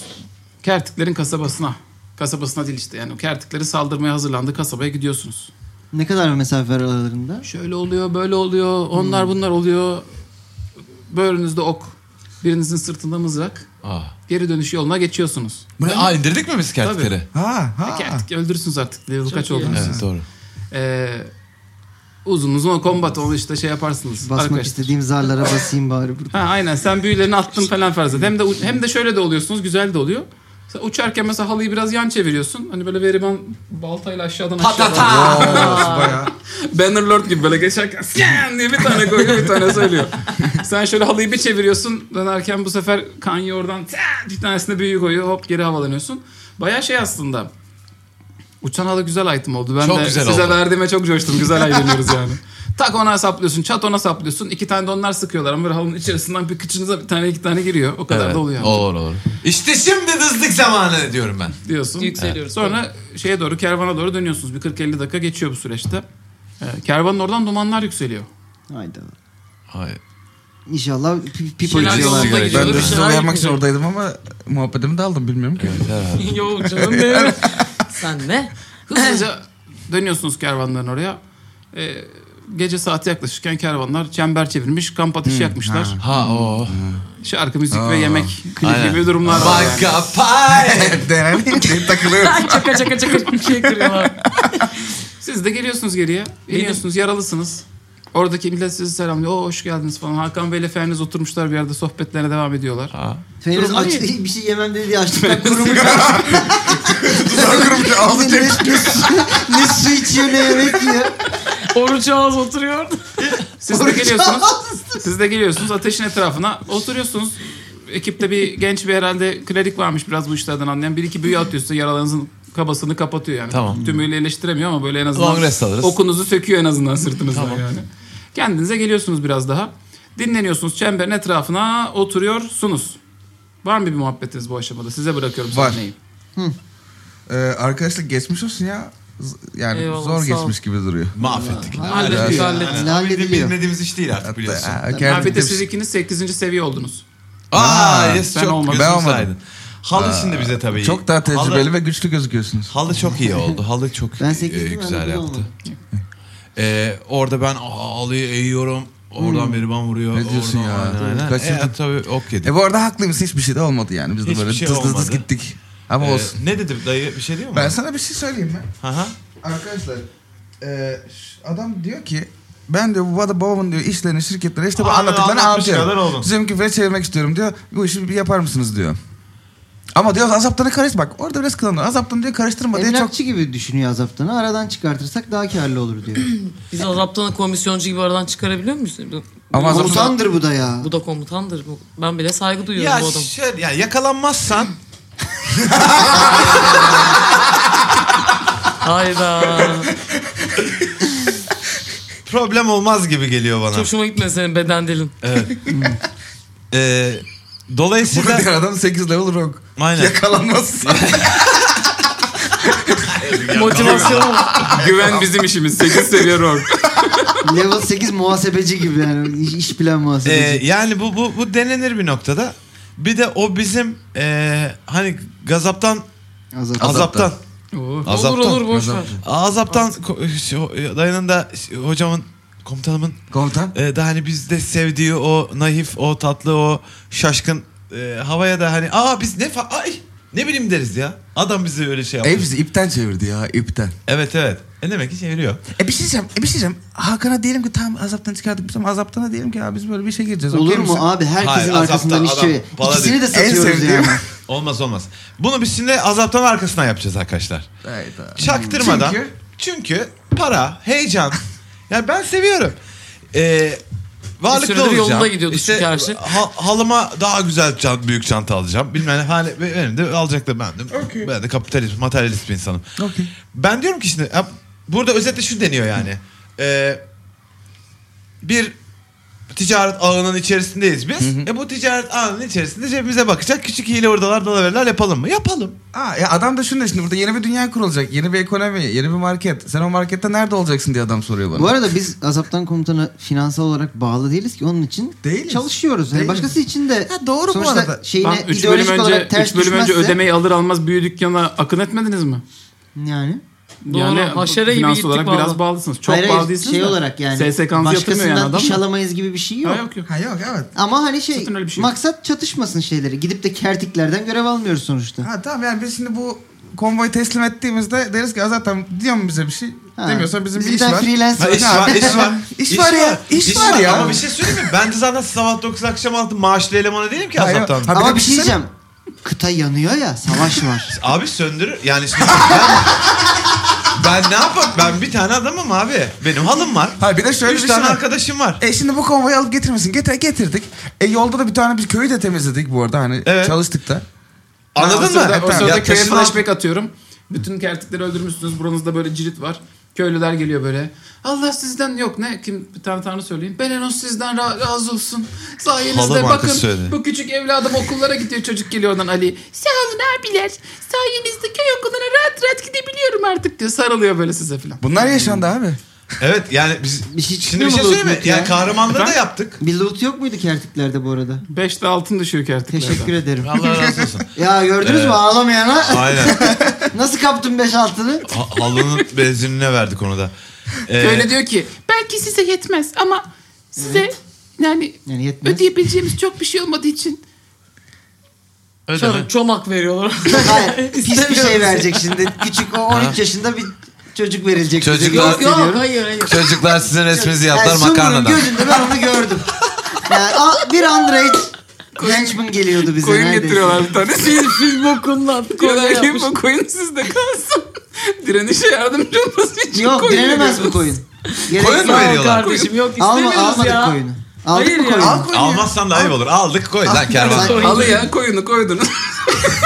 [SPEAKER 1] Kertiklerin kasabasına. Kasabasına değil işte yani o Kertikleri saldırmaya hazırlandı kasabaya gidiyorsunuz.
[SPEAKER 3] Ne kadar bir mesafe var aralarında?
[SPEAKER 1] Şöyle oluyor böyle oluyor
[SPEAKER 2] Hmm.
[SPEAKER 1] onlar bunlar oluyor. Böğrünüzde ok birinizin sırtında mızrak.
[SPEAKER 5] Aa.
[SPEAKER 1] Geri dönüş yoluna geçiyorsunuz.
[SPEAKER 5] Aa indirdik mi biz kertikleri?
[SPEAKER 2] Ha ha.
[SPEAKER 1] Kertik öldürürsünüz artık level kaç
[SPEAKER 4] iyi.
[SPEAKER 1] olduğunuz.
[SPEAKER 5] Evet doğru.
[SPEAKER 1] Ee, uzun uzun o kombat onu işte şey yaparsınız.
[SPEAKER 3] Basmak
[SPEAKER 1] arkadaşlar.
[SPEAKER 3] istediğim zarlara basayım bari burada.
[SPEAKER 1] Ha aynen sen büyülerini attın falan farz et. Hem de hem de şöyle de oluyorsunuz güzel de oluyor. Sen uçarken mesela halıyı biraz yan çeviriyorsun. Hani böyle veriban baltayla aşağıdan aşağıdan.
[SPEAKER 2] Oo, bayağı.
[SPEAKER 1] Bannerlord gibi böyle geçerken "Syan!" diye bir tane koyuyor bir tane söylüyor. sen şöyle halıyı bir çeviriyorsun. Dönerken bu sefer Kanye oradan "Syan!" bir tanesine büyüğü koyuyor. Hop geri havalanıyorsun. Baya şey aslında. Uçan halı güzel item oldu. Ben
[SPEAKER 5] Çok
[SPEAKER 1] de
[SPEAKER 5] güzel
[SPEAKER 1] size
[SPEAKER 5] oldu.
[SPEAKER 1] verdiğime çok coştum. Güzel eğleniyoruz yani. Tak ona saplıyorsun, çat ona saplıyorsun. İki tane de onlar sıkıyorlar ama böyle halının içerisinden bir kıçınıza bir tane iki tane giriyor. O kadar
[SPEAKER 5] Evet.
[SPEAKER 1] da oluyor.
[SPEAKER 5] Olur olur. İşte şimdi dızlık zamanı diyorum ben.
[SPEAKER 1] Diyorsun.
[SPEAKER 4] Yükseliyoruz.
[SPEAKER 1] Sonra şeye doğru kervana doğru dönüyorsunuz. Bir 40-50 dakika geçiyor bu süreçte. Ee, kervanın oradan dumanlar yükseliyor.
[SPEAKER 3] Hayda.
[SPEAKER 5] Hayır.
[SPEAKER 3] İnşallah pi- pipo
[SPEAKER 4] Şelale
[SPEAKER 3] içiyorlar.
[SPEAKER 4] yolunda
[SPEAKER 5] Ben
[SPEAKER 4] gidiyoruz.
[SPEAKER 2] Ben de sizi
[SPEAKER 4] Şelale
[SPEAKER 2] oyalamak için
[SPEAKER 4] gidiyoruz.
[SPEAKER 2] oradaydım ama muhabbetimi de aldım bilmiyorum ki.
[SPEAKER 5] Evet, herhalde.
[SPEAKER 4] Yok canım benim. Sen ne?
[SPEAKER 1] Hızlıca dönüyorsunuz kervanların oraya. Ee, gece saati yaklaşırken kervanlar çember çevirmiş, kamp ateşi yakmışlar.
[SPEAKER 5] Hmm, Ha o.
[SPEAKER 1] Şarkı, müzik ve yemek klip
[SPEAKER 5] Aynen.
[SPEAKER 1] gibi durumlar var. yani.
[SPEAKER 5] Baka pay.
[SPEAKER 2] Deneyim takılıyor.
[SPEAKER 4] Çaka çaka çaka bir şey kırıyorlar.
[SPEAKER 1] Siz de geliyorsunuz geriye. Geliyorsunuz yaralısınız. Oradaki millet sizi selamlıyor. Oo hoş geldiniz falan. Hakan Bey'le Ferniz oturmuşlar bir yerde sohbetlerine devam ediyorlar.
[SPEAKER 3] Feyyaz
[SPEAKER 1] Durumu
[SPEAKER 3] aç
[SPEAKER 1] iyi.
[SPEAKER 3] bir şey yemem dedi diye açlıktan kurumuş.
[SPEAKER 2] Dudağı kırmış ağzı
[SPEAKER 3] ne, ne,
[SPEAKER 2] çekmiş.
[SPEAKER 3] ne su içiyor ne yemek yiyor.
[SPEAKER 4] Oruç ağız oturuyor.
[SPEAKER 1] Siz de geliyorsunuz. siz de geliyorsunuz ateşin etrafına. Oturuyorsunuz. ekipte bir genç bir herhalde klerik varmış biraz bu işlerden anlayan. Bir iki büyü atıyor size yaralarınızın kabasını kapatıyor yani.
[SPEAKER 5] Tamam.
[SPEAKER 1] Tümüyle iyileştiremiyor ama böyle en azından
[SPEAKER 5] Long rest alırız.
[SPEAKER 1] okunuzu söküyor en azından sırtınızdan yani. Kendinize geliyorsunuz biraz daha. Dinleniyorsunuz çemberin etrafına oturuyorsunuz. Var mı bir muhabbetiniz bu aşamada? Size bırakıyorum
[SPEAKER 2] Var.
[SPEAKER 1] sahneyi.
[SPEAKER 2] Ee, arkadaşlar geçmiş olsun ya. Z- Yani
[SPEAKER 4] Eyvallah,
[SPEAKER 2] zor
[SPEAKER 4] sağ ol.
[SPEAKER 2] geçmiş gibi duruyor.
[SPEAKER 5] Mahvettik.
[SPEAKER 1] Hallediliyor.
[SPEAKER 3] Hallediliyor. Hallediliyor.
[SPEAKER 5] Bilmediğimiz iş değil artık
[SPEAKER 2] Hatta, e,
[SPEAKER 5] biliyorsun.
[SPEAKER 2] ha,
[SPEAKER 1] Afiyet
[SPEAKER 2] kendim-
[SPEAKER 1] siz ikiniz 8. seviye oldunuz.
[SPEAKER 5] Aa, yes,
[SPEAKER 1] sen
[SPEAKER 5] çok
[SPEAKER 1] olmadın.
[SPEAKER 5] gözünü
[SPEAKER 2] Ben olmadım.
[SPEAKER 5] saydın. Halı şimdi bize tabii.
[SPEAKER 2] Çok daha tecrübeli
[SPEAKER 5] Halı,
[SPEAKER 2] ve güçlü gözüküyorsunuz.
[SPEAKER 5] halı çok iyi oldu. Halı çok
[SPEAKER 3] Ben
[SPEAKER 5] e,
[SPEAKER 3] sekizdim, ben
[SPEAKER 5] güzel
[SPEAKER 3] dokuz
[SPEAKER 5] yaptı.
[SPEAKER 3] olmadım.
[SPEAKER 5] Ee, orada ben aa, halıyı eğiyorum.
[SPEAKER 3] Hmm.
[SPEAKER 5] Oradan biri bana vuruyor.
[SPEAKER 2] Ne diyorsun
[SPEAKER 5] oradan,
[SPEAKER 2] ya?
[SPEAKER 5] Aynen, aynen.
[SPEAKER 2] Kaçırdın.
[SPEAKER 5] E, tabii ok yedik.
[SPEAKER 2] E bu arada haklıyız hiçbir şey de olmadı yani. Biz de
[SPEAKER 5] Hiçbir
[SPEAKER 2] böyle
[SPEAKER 5] şey
[SPEAKER 2] dız dız dız
[SPEAKER 5] olmadı.
[SPEAKER 2] gittik. Ama
[SPEAKER 5] Ee,
[SPEAKER 2] olsun.
[SPEAKER 5] ne dedi dayı bir şey diyor mu?
[SPEAKER 2] Ben sana bir şey söyleyeyim mi?
[SPEAKER 5] Hı hı.
[SPEAKER 2] Arkadaşlar e, ş- adam diyor ki ben diyor bu arada babamın diyor işlerini şirketleri işte bu
[SPEAKER 5] Anladım,
[SPEAKER 2] anlattıklarını
[SPEAKER 5] anlatmış kadar
[SPEAKER 2] anlatıyorum.
[SPEAKER 5] oldun.
[SPEAKER 2] Bizimkilere çevirmek istiyorum diyor. Bu işi bir yapar mısınız diyor. Ama diyor azaptanı karış bak orada biraz kılanıyor. Azaptan diyor karıştırma diye çok
[SPEAKER 3] Emlakçı gibi düşünüyor azaptanı. Aradan çıkartırsak daha karlı olur diyor.
[SPEAKER 4] Biz azaptanı komisyoncu gibi aradan çıkarabiliyor muyuz? Bu-
[SPEAKER 2] Ama azaptan-
[SPEAKER 3] Komutandır bu da ya.
[SPEAKER 4] Bu da komutandır. Bu- Ben bile saygı duyuyorum
[SPEAKER 5] Ya
[SPEAKER 4] bu adama.
[SPEAKER 5] şöyle ya yakalanmazsan
[SPEAKER 4] Hayda.
[SPEAKER 5] problem olmaz gibi geliyor bana.
[SPEAKER 4] Çok hoşuma gitmedi senin beden dilin.
[SPEAKER 5] Evet. Ee, dolayısıyla
[SPEAKER 2] Burada diğer adam 8 level rock.
[SPEAKER 5] aynen.
[SPEAKER 2] Yakalanmaz.
[SPEAKER 1] Motivasyon Güven bizim işimiz. 8 seviye org.
[SPEAKER 3] Level 8 muhasebeci gibi yani. İş, iş bilen
[SPEAKER 5] Ee,
[SPEAKER 3] muhasebeci.
[SPEAKER 5] yani bu, bu bu denenir bir noktada. Bir de o bizim ee, hani gazaptan
[SPEAKER 3] Azap.
[SPEAKER 5] azaptan
[SPEAKER 4] Olur
[SPEAKER 5] Azaptan.
[SPEAKER 4] olur boş ver.
[SPEAKER 5] azaptan ko- şu- dayının da- hocamın komutanımın
[SPEAKER 2] Komutan.
[SPEAKER 5] e, da hani bizde sevdiği o naif, o tatlı, o şaşkın e, havaya da hani aa biz ne fa- ay ne bileyim deriz ya. Adam bizi öyle şey yaptı.
[SPEAKER 2] E bizi ipten çevirdi ya ipten.
[SPEAKER 5] Evet evet. E demek ki çeviriyor.
[SPEAKER 2] E bir şey diyeceğim. E bir şey diyeceğim. Hakan'a diyelim ki tam azaptan çıkardık. Biz ama azaptana diyelim ki abi biz böyle bir şey gireceğiz.
[SPEAKER 3] Olur
[SPEAKER 2] okey
[SPEAKER 3] mu
[SPEAKER 2] misin?
[SPEAKER 3] abi? Herkesin
[SPEAKER 5] Hayır,
[SPEAKER 3] arkasından
[SPEAKER 5] azaptan
[SPEAKER 3] iş çeviriyor.
[SPEAKER 5] adam bala
[SPEAKER 3] İkisini de
[SPEAKER 5] değil.
[SPEAKER 2] En
[SPEAKER 3] satıyoruz
[SPEAKER 2] sevdiğim.
[SPEAKER 3] yani.
[SPEAKER 5] Olmaz olmaz. Bunu biz şimdi azaptan arkasına yapacağız arkadaşlar.
[SPEAKER 2] Hayda.
[SPEAKER 5] Çaktırmadan.
[SPEAKER 2] Çünkü-
[SPEAKER 5] Çünkü, para, heyecan. yani ben seviyorum. Ee, varlıklı
[SPEAKER 4] Bir süredir
[SPEAKER 5] olacağım.
[SPEAKER 4] yolunda gidiyordu çünkü her şey.
[SPEAKER 5] ha- halıma daha güzel çant, büyük çanta alacağım. Bilmem ne. Hani benim de alacaklar ben de. Ben de kapitalist, materyalist bir insanım.
[SPEAKER 2] Okey.
[SPEAKER 5] Ben diyorum ki şimdi ya burada özetle şu deniyor yani. Ee, bir ticaret ağının içerisindeyiz biz. E bu ticaret ağının içerisinde cebimize bakacak. Küçük hile oradalar, dalaverler yapalım mı? Yapalım.
[SPEAKER 2] Aa, ya adam da şunu da şimdi burada yeni bir dünya kurulacak. Yeni bir ekonomi, yeni bir market. Sen o markette nerede olacaksın diye adam soruyor bana.
[SPEAKER 3] Bu arada biz azaptan komutana finansal olarak bağlı değiliz ki onun için
[SPEAKER 2] Değiliz.
[SPEAKER 3] çalışıyoruz. Yani
[SPEAKER 2] Değiliz.
[SPEAKER 3] başkası için de
[SPEAKER 2] Ha, doğru bu
[SPEAKER 3] sonuçta
[SPEAKER 2] arada.
[SPEAKER 3] şeyine
[SPEAKER 1] Lan 3 bölüm
[SPEAKER 3] ideolojik
[SPEAKER 1] önce
[SPEAKER 3] olarak ters
[SPEAKER 1] 3 bölüm önce
[SPEAKER 3] düşmezse-
[SPEAKER 1] ödemeyi alır almaz büyü dükkanına akın etmediniz mi?
[SPEAKER 3] Yani.
[SPEAKER 4] Doğru, haşere gibi
[SPEAKER 1] finans
[SPEAKER 4] gittik
[SPEAKER 1] olarak
[SPEAKER 4] valla.
[SPEAKER 1] biraz bağlısınız. Çok
[SPEAKER 3] Hayır, hayır,
[SPEAKER 1] bağlı değilsiniz
[SPEAKER 3] Şey
[SPEAKER 1] de.
[SPEAKER 3] olarak yani.
[SPEAKER 1] SSK'nızı yatırmıyor
[SPEAKER 3] başkasından
[SPEAKER 1] yani adam.
[SPEAKER 3] iş
[SPEAKER 1] da.
[SPEAKER 3] alamayız gibi bir şey yok.
[SPEAKER 1] Ha, yok yok.
[SPEAKER 2] Ha yok evet.
[SPEAKER 3] Ama hani şey,
[SPEAKER 1] Zaten öyle bir şey yok.
[SPEAKER 3] maksat çatışmasın şeyleri. Gidip de kertiklerden görev almıyoruz sonuçta.
[SPEAKER 2] Ha tamam yani biz şimdi bu konvoyu teslim ettiğimizde deriz ki "Aa, zaten diyor mu bize bir şey?
[SPEAKER 3] Ha.
[SPEAKER 2] Demiyorsa bizim, bir iş
[SPEAKER 3] tane
[SPEAKER 2] var.
[SPEAKER 3] freelance
[SPEAKER 5] Ha,
[SPEAKER 3] var.
[SPEAKER 5] iş var, iş var.
[SPEAKER 2] İş var ya, iş var ya.
[SPEAKER 5] Ama bir şey söyleyeyim mi? Ben de zaten sabah 9 akşam 6 maaşlı elemanı değilim ki
[SPEAKER 2] Hayır,
[SPEAKER 5] azaptan.
[SPEAKER 2] hayır. Ha, bir de
[SPEAKER 3] Ama bir şey
[SPEAKER 2] düşünsene-
[SPEAKER 3] diyeceğim. Kıta yanıyor ya, savaş var.
[SPEAKER 5] Abi söndürür. Yani şimdi ben, ben ne yapayım? Ben bir tane adamım abi. Benim halım var.
[SPEAKER 2] Ha bir de şöyle
[SPEAKER 5] Üç
[SPEAKER 2] bir
[SPEAKER 5] tane
[SPEAKER 2] şey. var.
[SPEAKER 5] arkadaşım var.
[SPEAKER 2] E şimdi bu konvoyu alıp getirmesin. Getir, getirdik. E yolda da bir tane bir köyü de temizledik bu arada. Hani
[SPEAKER 5] Evet.
[SPEAKER 2] çalıştık da.
[SPEAKER 1] O
[SPEAKER 5] Anladın mı? E,
[SPEAKER 1] sırada, O
[SPEAKER 5] Ya
[SPEAKER 1] sırada köye
[SPEAKER 5] taşın
[SPEAKER 1] flashback atıyorum. Bütün kertikleri öldürmüşsünüz. Buranızda böyle cirit var. Köylüler geliyor böyle. Allah sizden yok ne kim bir tane tanrı söyleyin. Belenos sizden ra- razı olsun. Sayenizde
[SPEAKER 5] Halam arkası
[SPEAKER 1] bakın
[SPEAKER 5] söyledi.
[SPEAKER 1] bu küçük evladım okullara gidiyor çocuk geliyor oradan Ali. Sağ olun abiler. Sayenizde köy okuluna rahat rahat gidebiliyorum artık diyor. Sarılıyor böyle size filan.
[SPEAKER 2] Bunlar yaşandı abi.
[SPEAKER 5] Evet yani biz
[SPEAKER 3] şey
[SPEAKER 5] şimdi
[SPEAKER 3] çıkmıyor
[SPEAKER 5] bir şey
[SPEAKER 3] mu
[SPEAKER 5] söyleyeyim mi?
[SPEAKER 3] Lutfi ya?
[SPEAKER 5] Yani kahramanları da
[SPEAKER 1] Efendim?
[SPEAKER 5] yaptık.
[SPEAKER 3] bir loot yok muydu kertiklerde bu arada?
[SPEAKER 1] Beşte altın düşüyor kertiklerden.
[SPEAKER 3] Teşekkür ederim.
[SPEAKER 5] Allah razı olsun.
[SPEAKER 3] Ya gördünüz
[SPEAKER 5] Evet.
[SPEAKER 3] mü ağlamayana?
[SPEAKER 5] Aynen.
[SPEAKER 3] Nasıl kaptın 5 altını?
[SPEAKER 5] Ha- halının benzinine verdik onu da. Ee,
[SPEAKER 1] Köylü diyor ki belki size yetmez ama size yani
[SPEAKER 3] Yani yetmez.
[SPEAKER 1] ödeyebileceğimiz çok bir şey olmadığı için
[SPEAKER 5] ödeme.
[SPEAKER 4] Şöyle çomak veriyorlar.
[SPEAKER 3] Hayır, pis bir şey
[SPEAKER 4] İstemiyoruz.
[SPEAKER 3] verecek şimdi. Küçük o 13 yaşında bir çocuk verilecek. bize.
[SPEAKER 5] Çocuklar-
[SPEAKER 4] Yok yok
[SPEAKER 3] Bahsediyorum.
[SPEAKER 4] hayır hayır.
[SPEAKER 5] Çocuklar sizin resminizi
[SPEAKER 3] Yani
[SPEAKER 5] yaptılar
[SPEAKER 3] Sumru'nun
[SPEAKER 5] makarnadan.
[SPEAKER 3] gözünde ben onu gördüm. Yani a- bir Android henchman geliyordu bize
[SPEAKER 1] koyun
[SPEAKER 3] neredeyse.
[SPEAKER 1] getiriyorlar bir tane.
[SPEAKER 4] Fil fil bokundan.
[SPEAKER 1] Diyorlar ki
[SPEAKER 4] yapmış.
[SPEAKER 1] bu koyun sizde kalsın. Direnişe yardımcı olması için
[SPEAKER 3] Yok
[SPEAKER 1] koyun
[SPEAKER 3] direnemez
[SPEAKER 1] veriyoruz.
[SPEAKER 3] bu koyun. Gerek
[SPEAKER 5] Koyun mu
[SPEAKER 3] yok.
[SPEAKER 5] veriyorlar?
[SPEAKER 4] Kardeşim yok
[SPEAKER 3] Alma,
[SPEAKER 4] istemiyoruz
[SPEAKER 3] almadık
[SPEAKER 4] ya.
[SPEAKER 3] koyunu. Aldık
[SPEAKER 4] Hayır
[SPEAKER 3] mı
[SPEAKER 4] ya.
[SPEAKER 3] koyunu?
[SPEAKER 2] Al koyunu.
[SPEAKER 5] Almazsan da ayıp olur. Aldık koy lan kervan.
[SPEAKER 4] Koyun.
[SPEAKER 1] Alı ya koyunu koydunuz.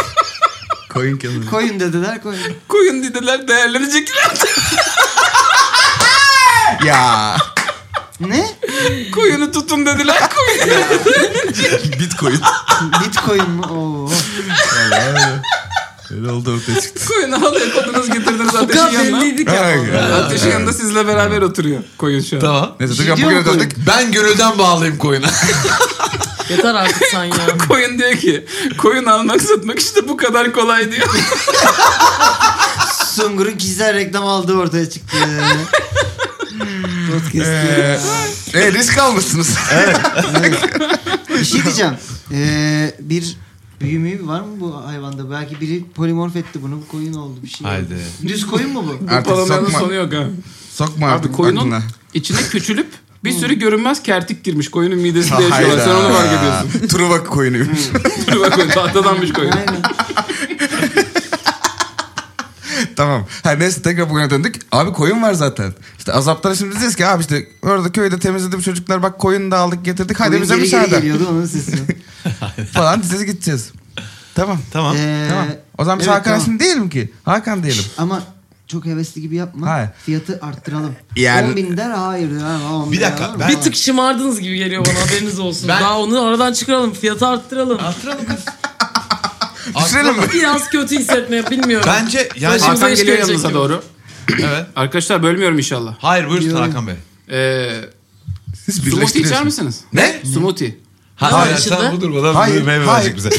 [SPEAKER 2] Koyun kenarı.
[SPEAKER 3] Koyun dediler koyun.
[SPEAKER 1] Koyun dediler değerlenecekler.
[SPEAKER 2] ya.
[SPEAKER 3] Ne?
[SPEAKER 1] Koyunu tutun dediler koyun.
[SPEAKER 2] Bitcoin.
[SPEAKER 3] Bitcoin mu? Oo.
[SPEAKER 2] Öyle oldu ortaya çıktı.
[SPEAKER 1] Koyunu halıya kodunuz getirdiniz
[SPEAKER 4] Sokağa
[SPEAKER 1] ateşin yanına.
[SPEAKER 4] belliydik ya.
[SPEAKER 1] Ateşin yanında sizle beraber oturuyor koyun şu an.
[SPEAKER 5] Tamam.
[SPEAKER 2] Neyse
[SPEAKER 3] Ciddi
[SPEAKER 2] Tugan bugüne
[SPEAKER 3] mi koyun?
[SPEAKER 2] döndük.
[SPEAKER 5] Ben gönülden bağlıyım koyuna.
[SPEAKER 4] Yeter artık sen ya.
[SPEAKER 1] Koyun diyor ki koyun almak satmak işte bu kadar kolay diyor.
[SPEAKER 3] Sungur'un kişisel reklam aldığı ortaya çıktı. Podcast diyor.
[SPEAKER 2] Ee, e, risk almışsınız.
[SPEAKER 3] Bir şey diyeceğim. Ee, bir büyümüğü var mı bu hayvanda? Belki biri polimorf etti bunu. Bu koyun oldu bir şey.
[SPEAKER 5] Haydi.
[SPEAKER 3] Düz koyun mu bu?
[SPEAKER 2] Artık
[SPEAKER 1] Palamanın
[SPEAKER 2] sokma.
[SPEAKER 1] sonu yok ha.
[SPEAKER 2] Sokma
[SPEAKER 1] Abi
[SPEAKER 2] artık
[SPEAKER 1] koyunun
[SPEAKER 2] aklına. Hmm.
[SPEAKER 1] içine küçülüp bir sürü görünmez kertik girmiş. Koyunun midesinde yaşıyorlar.
[SPEAKER 2] Hayda.
[SPEAKER 1] Sen onu fark ediyorsun.
[SPEAKER 2] Truva koyunuymuş.
[SPEAKER 1] Dur bakayım tahtadanmış koyun.
[SPEAKER 3] Aynen.
[SPEAKER 2] tamam. Her neyse tekrar bugüne döndük. Abi koyun var zaten. İşte azaplara şimdi diyeceğiz ki abi işte orada köyde temizledim çocuklar bak koyunu da aldık getirdik. Hadi
[SPEAKER 3] Koyun
[SPEAKER 2] bize
[SPEAKER 3] geri geri
[SPEAKER 2] müsaade
[SPEAKER 3] geliyordu onun sesi.
[SPEAKER 2] falan diyeceğiz gideceğiz. Tamam.
[SPEAKER 5] Tamam.
[SPEAKER 3] Ee,
[SPEAKER 2] Tamam. O zaman biz
[SPEAKER 3] evet,
[SPEAKER 2] Hakan
[SPEAKER 3] tamam.
[SPEAKER 2] ismi diyelim ki. Hakan diyelim.
[SPEAKER 3] Ama çok hevesli gibi yapma.
[SPEAKER 2] Hayır.
[SPEAKER 3] Fiyatı arttıralım.
[SPEAKER 2] Yani-
[SPEAKER 3] 10 bin der hayır. der, ama 10
[SPEAKER 5] Bir
[SPEAKER 3] bin
[SPEAKER 5] dakika,
[SPEAKER 3] der, ama
[SPEAKER 5] ben-
[SPEAKER 4] Bir tık şımardınız gibi geliyor bana haberiniz olsun.
[SPEAKER 5] Ben-
[SPEAKER 4] Daha onu aradan çıkaralım. Fiyatı arttıralım.
[SPEAKER 2] Düşürelim mi?
[SPEAKER 4] Biraz kötü hissetmeye bilmiyorum.
[SPEAKER 5] Bence yani
[SPEAKER 4] Başım-
[SPEAKER 1] Hakan
[SPEAKER 4] iş
[SPEAKER 1] geliyor
[SPEAKER 4] gelecek
[SPEAKER 1] yanınıza
[SPEAKER 4] gibi.
[SPEAKER 1] doğru.
[SPEAKER 5] evet.
[SPEAKER 1] Arkadaşlar bölmüyorum inşallah.
[SPEAKER 5] Hayır buyursun Hakan Bey.
[SPEAKER 1] Ee,
[SPEAKER 2] Siz
[SPEAKER 1] smoothie
[SPEAKER 2] birleştiriyorsunuz.
[SPEAKER 1] içer misiniz?
[SPEAKER 2] Ne?
[SPEAKER 1] Smoothie.
[SPEAKER 5] Ha,
[SPEAKER 4] var
[SPEAKER 5] hayır,
[SPEAKER 4] içinde?
[SPEAKER 5] sen bu durmadan
[SPEAKER 2] Hayır,
[SPEAKER 5] hayır, meyve
[SPEAKER 2] hayır.
[SPEAKER 5] verecek bize.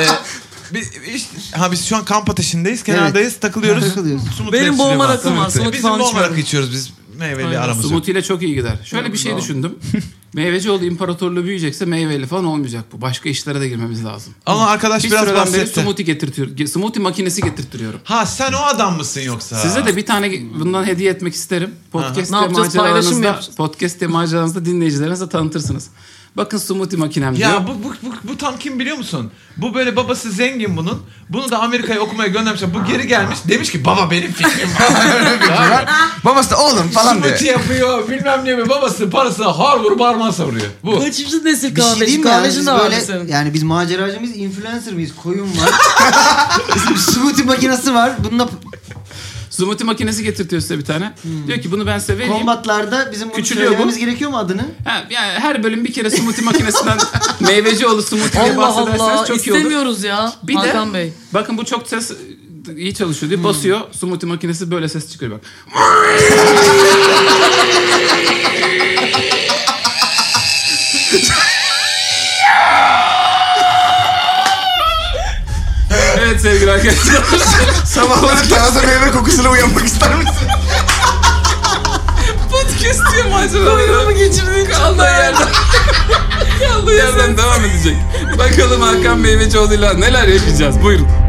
[SPEAKER 5] ee, bir, işte, ha biz şu an kamp ateşindeyiz. Kenardayız. Takılıyoruz.
[SPEAKER 3] Takılıyoruz.
[SPEAKER 5] Sumut
[SPEAKER 4] Benim
[SPEAKER 5] hepsi
[SPEAKER 4] boğma
[SPEAKER 5] var.
[SPEAKER 4] rakım var, sumut
[SPEAKER 5] Bizim
[SPEAKER 4] falan
[SPEAKER 5] boğma
[SPEAKER 4] içmiyorum.
[SPEAKER 5] rakı içiyoruz biz. Meyveli
[SPEAKER 4] Aynen,
[SPEAKER 5] aramız yok.
[SPEAKER 1] Smoothie ile çok iyi gider. Şöyle bir şey düşündüm. Meyveci oldu imparatorluğu büyüyecekse meyveli falan olmayacak bu. Başka işlere de girmemiz lazım.
[SPEAKER 5] Ama arkadaş
[SPEAKER 1] Bir
[SPEAKER 5] biraz
[SPEAKER 1] süreden beri
[SPEAKER 5] bahsetti.
[SPEAKER 1] smoothie getirtiyorum. ge- Smoothie makinesi getirtiyorum.
[SPEAKER 5] Ha sen o adam mısın yoksa?
[SPEAKER 1] Size de bir tane ge- bundan hediye etmek isterim. Podcast
[SPEAKER 4] Ne
[SPEAKER 1] ve
[SPEAKER 4] yapacağız? Paylaşım mı
[SPEAKER 1] maceralarınızda,
[SPEAKER 4] yapacağız?
[SPEAKER 1] podcast ve maceralarınızda dinleyicilerinize tanıtırsınız. Bakın smoothie makinem diyor.
[SPEAKER 5] Ya bu, bu, bu, bu tam kim biliyor musun? Bu böyle babası zengin bunun. Bunu da Amerika'ya okumaya göndermişler. Bu geri gelmiş. Demiş ki baba benim fikrim var.
[SPEAKER 2] Babası da oğlum falan diyor.
[SPEAKER 5] Smoothie yapıyor bilmem ne mi. Babası parası har vurup harman savuruyor. Bu.
[SPEAKER 4] Kaçıncı nesil
[SPEAKER 3] Bir şey
[SPEAKER 4] kahveci?
[SPEAKER 3] diyeyim mi? Yani
[SPEAKER 4] Kahvecin
[SPEAKER 3] biz
[SPEAKER 4] de var
[SPEAKER 3] böyle-
[SPEAKER 4] senin.
[SPEAKER 3] yani biz maceracı mıyız, influencer mıyız? Koyun var. Bizim smoothie makinesi var. Bununla
[SPEAKER 1] Smoothie makinesi getirtiyor size bir tane.
[SPEAKER 5] Hmm.
[SPEAKER 1] Diyor ki bunu ben size vereyim.
[SPEAKER 3] kombatlarda bizim bunu
[SPEAKER 1] Küçülüyor bu.
[SPEAKER 3] söylememiz gerekiyor mu adını?
[SPEAKER 1] Ha, yani her bölüm bir kere smoothie makinesinden meyveci oğlu smoothie diye
[SPEAKER 4] Allah
[SPEAKER 1] bahsederseniz
[SPEAKER 4] Allah.
[SPEAKER 1] çok iyi olur.
[SPEAKER 4] istemiyoruz ya
[SPEAKER 1] Bir
[SPEAKER 4] Hakan
[SPEAKER 1] de
[SPEAKER 4] Bey.
[SPEAKER 1] bakın bu çok ses iyi çalışıyor diye basıyor. Smoothie makinesi böyle ses çıkıyor bak. evet sevgili arkadaşlar.
[SPEAKER 2] Sabahları taze meyve kokusuna uyanmak ister misin?
[SPEAKER 1] Podcast diye maceralara geçirdiğin kaldığı yerden. kaldığı yerden devam edecek. Bakalım Hakan Meyvecioğlu'yla neler yapacağız. Buyurun.